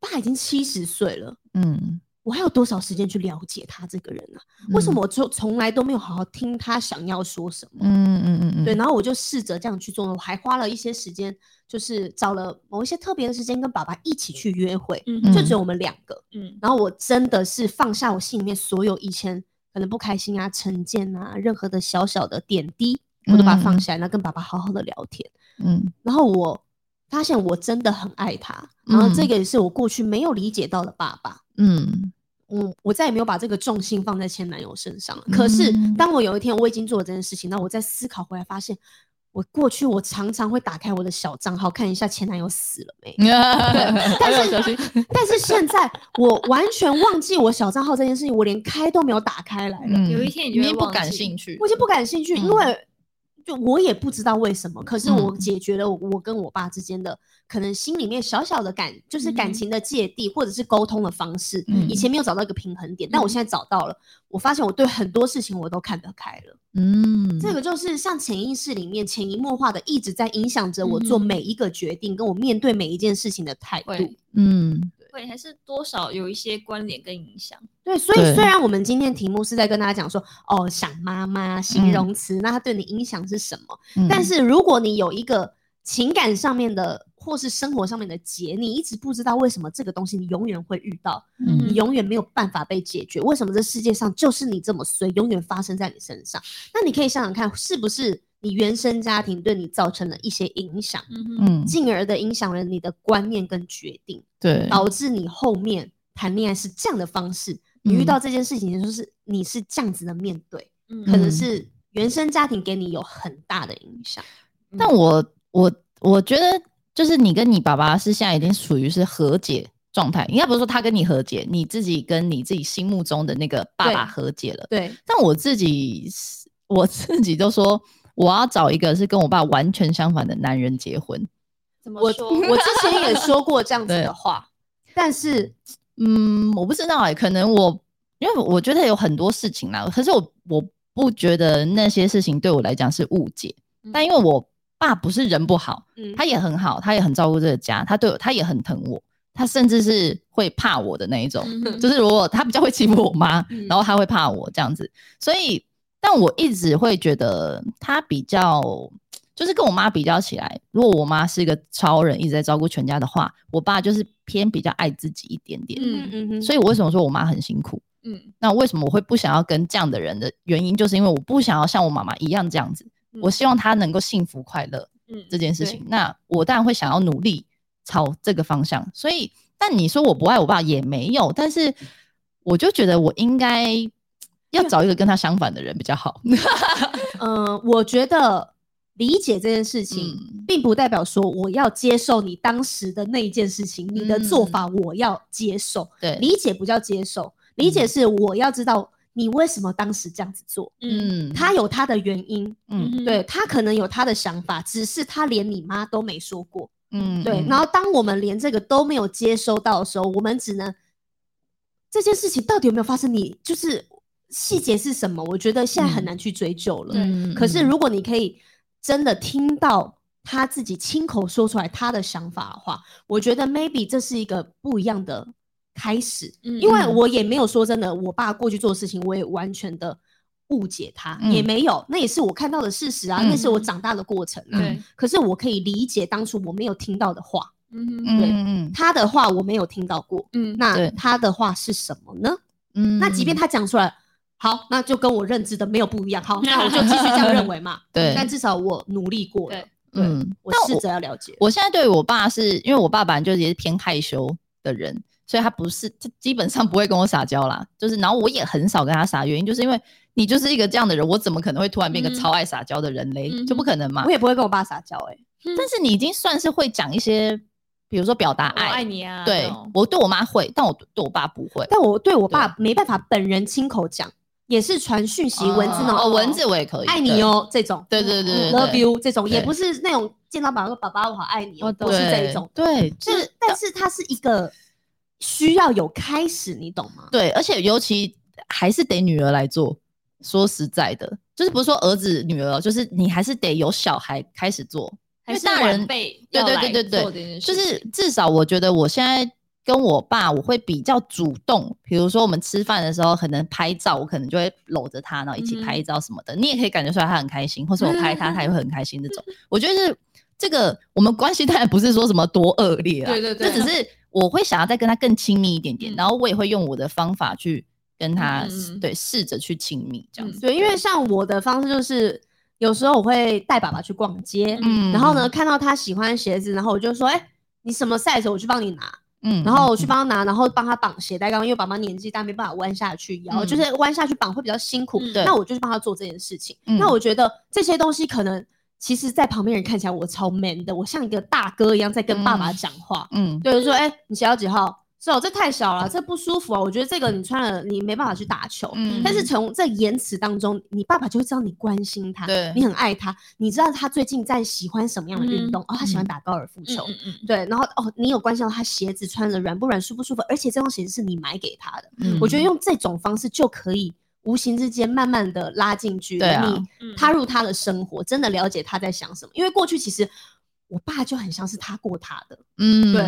S2: 我爸已经七十岁了，
S1: 嗯，
S2: 我还有多少时间去了解他这个人啊？为什
S1: 嗯
S2: 么我就从来都没有好好听他想要说什么？
S1: 嗯嗯嗯嗯，
S2: 对，然后我就试着这样去做，我还花了一些时间，就是找了某一些特别的时间跟爸爸一起去约会，
S3: 嗯
S2: 就只有我们两个。
S3: 嗯
S2: 然后我真的是放下我心里面所有以前可能不开心啊、成见啊、任何的小小的点滴，我都把它
S1: 嗯
S2: 放下来，然后跟爸爸好好的聊天。
S1: 嗯
S2: 然后我发现我真的很爱他，然后这
S1: 嗯
S2: 个也是我过去没有理解到的爸爸。
S1: 嗯
S2: 嗯，我再也没有把这个重心放在前男友身上了。可是
S1: 嗯，。
S2: 当我有一天我已经做了这件事情，那我再思考回来，发现我过去我常常会打开我的小账号看一下前男友死了没
S1: 对
S2: 但 是，
S1: 嗯
S2: 但是现在我完全忘记我小账号这件事情，我连开都没有打开来了。
S3: 有一天
S1: 你
S3: 你
S1: 也
S3: 就
S1: 不感兴
S3: 趣，
S1: 趣，
S2: 我已经不感兴趣，因
S1: 嗯
S2: 为就我也不知道为什么，可是
S1: 嗯
S2: 我解决了我我跟我爸之间的可能心里面小小的感，就是感
S3: 嗯
S2: 情的芥蒂，或者是沟通的方式。
S1: 嗯
S2: 以前没有找到一个平衡点，但我
S3: 嗯
S2: 现在找到了。我发现我对很多事情我都看得开了。
S1: 嗯，
S2: 这个就是像潜意识里面潜移默化的一直在影响着我做
S3: 嗯
S2: 每一个决定，跟我面对每一件事情的态度。
S3: 会
S1: 嗯
S3: 会还是多少有一些关联跟影响。
S2: 对，所以
S1: 对
S2: 虽然我们今天题目是在跟大家讲说，哦，想妈妈形
S1: 嗯
S2: 容词，那它对你影响是什么？
S1: 嗯
S2: 但是如果你有一个情感上面的或是生活上面的结，你一直不知道为什么这个东西你永远会遇到，你
S1: 嗯
S2: 永远没有办法被解决，为什么这世界上就是你这么衰，永远发生在你身上？那你可以想想看，是不是你原生家庭对你造成了一些影响，
S3: 嗯哼，
S1: 嗯，
S2: 进而的影响了你的观念跟决定，
S1: 对，
S2: 导致你后面谈恋爱是这样的方式，你遇
S1: 嗯
S2: 到这件事情就是你是这样子的面对，
S3: 嗯
S2: 可能
S1: 嗯
S2: 是原生家庭给你有很大的影响。
S1: 但我我我觉得，就是你跟你爸爸是现在已经属于是和解状态，应该不是说他跟你和解，你自己跟你自己心目中的那个爸爸
S2: 对
S1: 和解了。
S2: 对，
S1: 但我自己是，我自己就说我要找一个是跟我爸完全相反的男人结婚。
S3: 怎么
S2: 我
S3: 说？
S2: 我之前也说过这样子
S1: 对
S2: 的话，但是
S1: 嗯，我不知道哎、可能我因为我觉得有很多事情啦，可是我我不觉得那些事情对我来讲是误解，但因为我爸不是人不好，
S2: 嗯，
S1: 他也很好，他也很照顾这个家，他对我，他也很疼我，他甚至是会怕我的那一种，
S3: 嗯哼
S1: 就是如果他比较会欺负我妈，
S2: 嗯
S1: 然后他会怕我这样子，所以，但我一直会觉得他比较，就是跟我妈比较起来，如果我妈是一个超人，一直在照顾全家的话，我爸就是偏比较爱自己一点点，
S2: 嗯嗯哼，
S1: 所以我为什么说我妈很辛苦？
S3: 嗯，
S1: 那为什么我会不想要跟这样的人的原因，就是因为我不想要像我妈妈一样这样子，
S3: 嗯
S1: 我希望她能够幸福快乐。
S3: 嗯
S1: 这件事
S3: 对
S1: 情。那我当然会想要努力朝这个方向。所以，但你说我不爱我爸也没有，但是我就觉得我应该 要找一个跟他相反的人比较好。
S2: 嗯、呃我觉得理解这件事情。
S1: 嗯
S2: 并不代表说我要接受你当时的那一件事情，你的做
S1: 嗯
S2: 法我要接受。
S1: 对，
S2: 理解不叫接受，理解
S1: 嗯
S2: 是我要知道你为什么当时这样子做，
S3: 嗯
S2: 他有他的原因，
S1: 嗯
S3: 哼
S2: 对他可能有他的想法，只是他连你妈都没说过。
S1: 嗯
S2: 对，然后当我们连这个都没有接收到的时候，我们只能这件事情到底有没有发生你，就是细节是什么？我觉得现在很
S1: 嗯
S2: 难去追究了。
S3: 对
S2: 可是如果你可以真的听到他自己亲口说出来他的想法的话，我觉得 maybe 这是一个不一样的开始。
S3: 嗯
S2: 因为
S1: 嗯
S2: 我也没有说真的，我爸过去做的事情，我也完全的。误解他、也
S1: 嗯
S2: 没有，那也是我看到的事实啊，那是我长大的过程啊。
S3: 对，
S2: 可是我可以理解当初我没有听到的话，
S3: 嗯哼
S1: 嗯
S2: 对
S1: 嗯
S2: 他的话我没有听到过，
S3: 嗯
S2: 那
S1: 对
S2: 他的话是什么呢？
S1: 嗯，
S2: 那即便他讲出来，好，那就跟我认知的没有不一样， 好，那我就继续这样认为嘛。
S1: 对
S2: 但至少我努力过了
S3: 对，
S1: 嗯，
S2: 我
S1: 但
S2: 试着要了解。
S1: 我现在对我爸是因为我爸本来就也是偏害羞的人，所以他不是他基本上不会跟我撒娇啦。就是然后我也很少跟他撒，原因就是因为你就是一个这样的人，我怎么可能会突然变个
S3: 嗯
S1: 超爱撒娇的人嘞？
S3: 嗯
S1: 就不可能嘛
S2: 我。也不会跟我爸撒娇，哎，
S1: 但是你已经算是会讲一些，比如说表达
S3: 我爱
S1: 爱。
S3: 你啊，
S1: 对
S3: 这种
S1: 我对我妈会，但我对我爸不会。
S2: 但我对我爸没办法本人亲口讲，也是传讯息、文字那种，
S1: 哦，文字我也可以。
S2: 爱你
S1: 对，
S2: 哦这种，
S1: 对对对对
S2: ，love
S1: 对
S2: you 这种，也
S1: 对
S2: 不是那种见到爸爸说爸爸我好爱你哦，
S3: 我
S2: 不
S3: 懂
S2: 是这
S1: 对
S2: 一种，
S1: 对，就
S2: 就是是，但是它是一个需要有开始，你懂吗？
S1: 对，而且尤其还是得女儿来做。说实在的，就是不是说儿子女儿哦，就是你还是得由小孩开始做，因
S3: 还
S1: 为
S3: 是
S1: 大人
S3: 被
S1: 对对对对对就是至少我觉得我现在跟我爸，我会比较主动。比如说我们吃饭的时候，可能拍照，我可能就会搂着他，然后一起拍照什么的。你也可以感觉出来他很开心，或是我拍他，他也会很开心。这种，我觉得是这个我们关系当然不是说什么多恶劣啊啦，
S3: 对对对
S1: 这只是我会想要再跟他更亲密一点点，
S3: 嗯
S1: 然后我也会用我的方法去跟他、
S3: 嗯嗯嗯
S1: 对试着去亲密这样
S3: 嗯
S1: 子。
S2: 对，因为像我的方式就是，有时候我会带爸爸去逛街，
S3: 嗯
S1: 嗯
S2: 然后呢，，看到他喜欢鞋子，然后我就说，哎、你什么 size 我去帮你拿，
S1: 嗯
S2: 然后我去帮他拿，然后帮他绑鞋带刚，因为爸爸年纪大没办法弯下去腰，
S1: 嗯
S2: 就是弯下去绑会比较辛苦，
S3: 嗯
S2: 那我就去帮他做这件事情。
S1: 嗯
S2: 那我觉得这些东西可能，其实在旁边人看起来我超 man 的，我像一个大哥一样在跟爸爸
S1: 嗯
S2: 讲话，
S1: 嗯
S2: 对，就说，哎、你鞋要几号？是哦，这太小了，这不舒服啊！我觉得这个你穿了，你没办法去打球。
S1: 嗯
S2: 但是从这言辞当中，你爸爸就会知道你关心他，
S1: 对
S2: 你很爱他，你知道他最近在喜欢什么样的运动、哦，他喜欢
S1: 嗯
S2: 打高尔夫球，
S3: 嗯嗯
S2: 对，然后哦，你有关心到他鞋子穿的软不软、舒不舒服，而且这双鞋子是你买给他的，
S1: 嗯
S2: 我觉得用这种方式就可以无形之间慢慢的拉近距离，
S1: 对啊
S2: 你
S3: 嗯
S2: 踏入他的生活，真的了解他在想什么。因为过去其实我爸就很像是他过他的，
S1: 嗯
S2: 对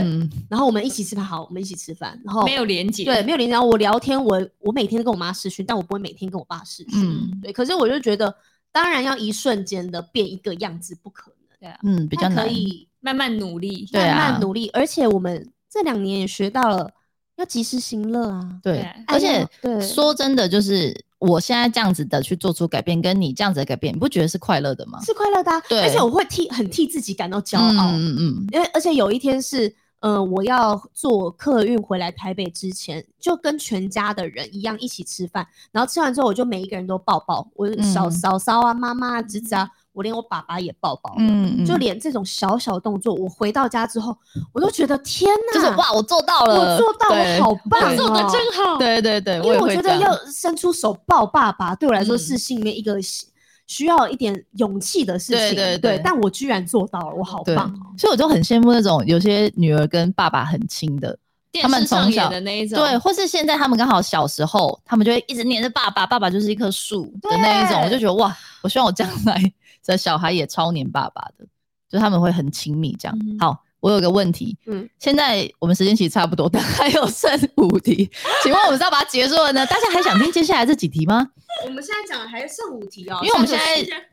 S2: 然后我们一起吃饭，好，我们一起吃饭，然后
S3: 没有连接，
S2: 对，没有连接。然后我聊天，我我每天都跟我妈视讯，但我不会每天跟我爸视讯。
S1: 嗯
S2: 对，可是我就觉得，当然要一瞬间的变一个样子不可能，
S1: 嗯比较
S2: 但
S1: 难
S2: 可，以
S3: 啊慢慢努力，
S1: 对啊
S2: 慢慢努力。而且我们这两年也学到了要及时行乐啊。
S1: 对
S3: 对，
S1: 而
S2: 哎
S1: 且
S2: 呀对
S1: 说真的，就是我现在这样子的去做出改变，跟你这样子的改变，你不觉得是快乐的吗？
S2: 是快乐的啊、
S1: 对
S2: 而且我会替很替自己感到骄傲，
S1: 嗯嗯
S2: 因为而且有一天是，呃，我要坐客运回来台北之前，就跟全家的人一样一起吃饭，然后吃完之后我就每一个人都抱抱，我的小
S1: 嗯
S2: 嫂嫂啊、妈妈啊、侄子啊，我连我爸爸也抱抱，
S1: 嗯嗯，
S2: 就连这种小小动作，我回到家之后，我都觉得天哪，
S1: 就是，哇，我做到了，
S2: 啊我做到，
S1: 对
S2: 我好棒、
S1: 对啊
S2: 哦，
S3: 做的真好，
S1: 对对对，
S2: 因
S1: 也
S2: 为我觉
S1: 会这
S2: 得
S1: 样
S2: 要伸出手抱爸爸，对我来说
S1: 嗯
S2: 是心里面一个需需要一点勇气的事情。
S1: 对对对
S2: 但我居然做到了，我好
S1: 对
S2: 棒哦！，
S1: 所以我就很羡慕那种有些女儿跟爸爸很亲的，
S3: 电
S1: 他们
S3: 视上
S1: 从
S3: 演
S1: 小
S3: 的那一种，
S1: 对，或是现在他们刚好小时候，他们就会一直黏着爸爸，爸爸就是一棵树的那一种，我就觉得哇，我希望我将来的小孩也超黏爸爸的，就他们会很亲密这样。
S3: 嗯
S1: 好，我有个问题，
S2: 嗯
S1: 现在我们时间其实差不多，但还有剩五题，请问我们是要把它结束了呢？大家还想听接下来这几题吗？
S2: 我们现在讲的还剩五题哦
S1: 因为我们现在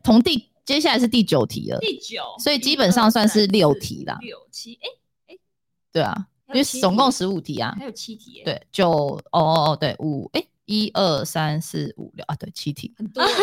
S1: 同第接下来是第九题了，
S3: 第嗯九，
S1: 所以基
S3: 一
S1: 本上
S3: 二
S1: 算是
S3: 三
S1: 六
S3: 四
S1: 题啊啦
S3: 六七哎，
S1: 对啊，因
S3: 还有
S1: 为
S3: 七
S1: 总共
S3: 题
S1: 十五题啊，
S3: 还有七题耶，
S1: 对，九哦哦哦，对，五哎，一二三四五六啊，对，七题，
S3: 很多耶。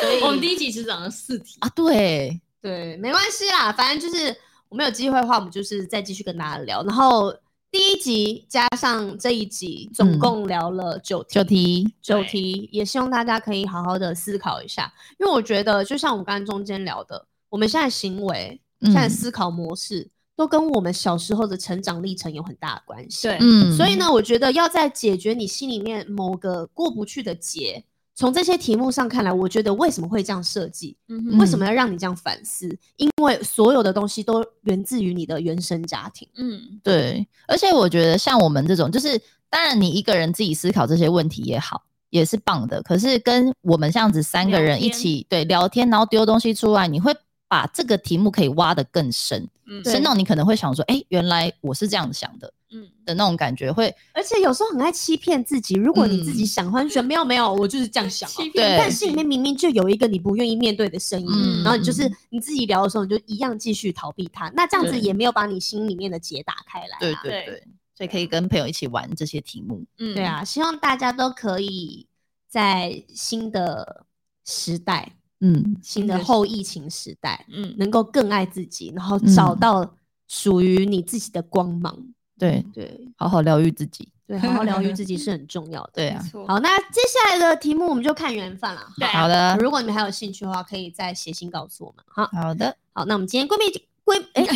S1: 对
S3: 我们第一集只讲了四题，
S1: 啊，对，
S2: 对，没关系啦，反正就是我们有机会的话，我们就是再继续跟大家聊。然后第一集加上这一集，总
S1: 嗯
S2: 共聊了九题。
S1: 九题，
S2: 九
S3: 对
S2: 题，也希望大家可以好好的思考一下，因为我觉得就像我们刚才中间聊的，我们现在行为、现在
S1: 嗯
S2: 思考模式，都跟我们小时候的成长历程有很大的关系。
S3: 对
S1: 嗯，
S2: 所以，呢，我觉得要在解决你心里面某个过不去的结，从这些题目上看来，我觉得为什么会这样设计，
S3: 嗯
S2: 为
S3: 哼
S2: 什么要让你这样反思？因为所有的东西都源自于你的原生家庭。
S3: 嗯，
S1: 对，而且我觉得像我们这种，就是当然你一个人自己思考这些问题也好，也是棒的。可是跟我们这样子三个
S3: 聊
S1: 人一
S3: 天
S1: 起对聊天，然后丢东西出来，你会把这个题目可以挖得更深，
S3: 嗯
S2: 对
S1: 深到你可能会想说，哎、原来我是这样想的
S3: 嗯，
S1: 的那种感觉，会
S2: 而且有时候很爱欺骗自己。如果你自己
S1: 嗯
S2: 想欢选，没有没有，我就是这样想、哦
S3: 欺。
S1: 对
S3: 骗
S2: 但
S3: 自
S2: 心里
S3: 己
S2: 面明明就有一个你不愿意面对的声音，
S1: 嗯
S2: 然后你就是
S1: 嗯
S2: 你自己聊的时候，你就一样继续逃避它。那这样子
S1: 对
S2: 也没有把你心里面的结打开来、啊。
S1: 对对
S3: 对
S1: 对，所以可以跟朋友一起玩这些题目。
S3: 嗯
S2: 对，啊，希望大家都可以在新的时代、
S1: 嗯，
S2: 新
S3: 新
S2: 的
S3: 的
S2: 后疫情时代，
S3: 嗯，
S2: 能够更爱自己，然后找
S1: 嗯
S2: 到属于你自己的光芒。
S1: 对，
S2: 对
S1: 好好疗愈自己。
S2: 对，好好疗愈 自己是很重要的。
S1: 对
S3: 没
S1: 啊，
S3: 错，
S2: 好，那接下来的题目我们就看缘分了。
S3: 对啊啊
S1: 好的，
S2: 如果你们还有兴趣的话，可以再写信告诉我们。好，
S1: 好的，
S2: 好，那我们今天闺蜜闺哎、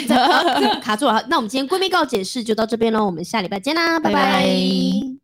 S2: 这卡住了。那我们今天闺蜜告解室就到这边喽，我们下礼拜见啦，拜
S1: 拜拜
S2: 拜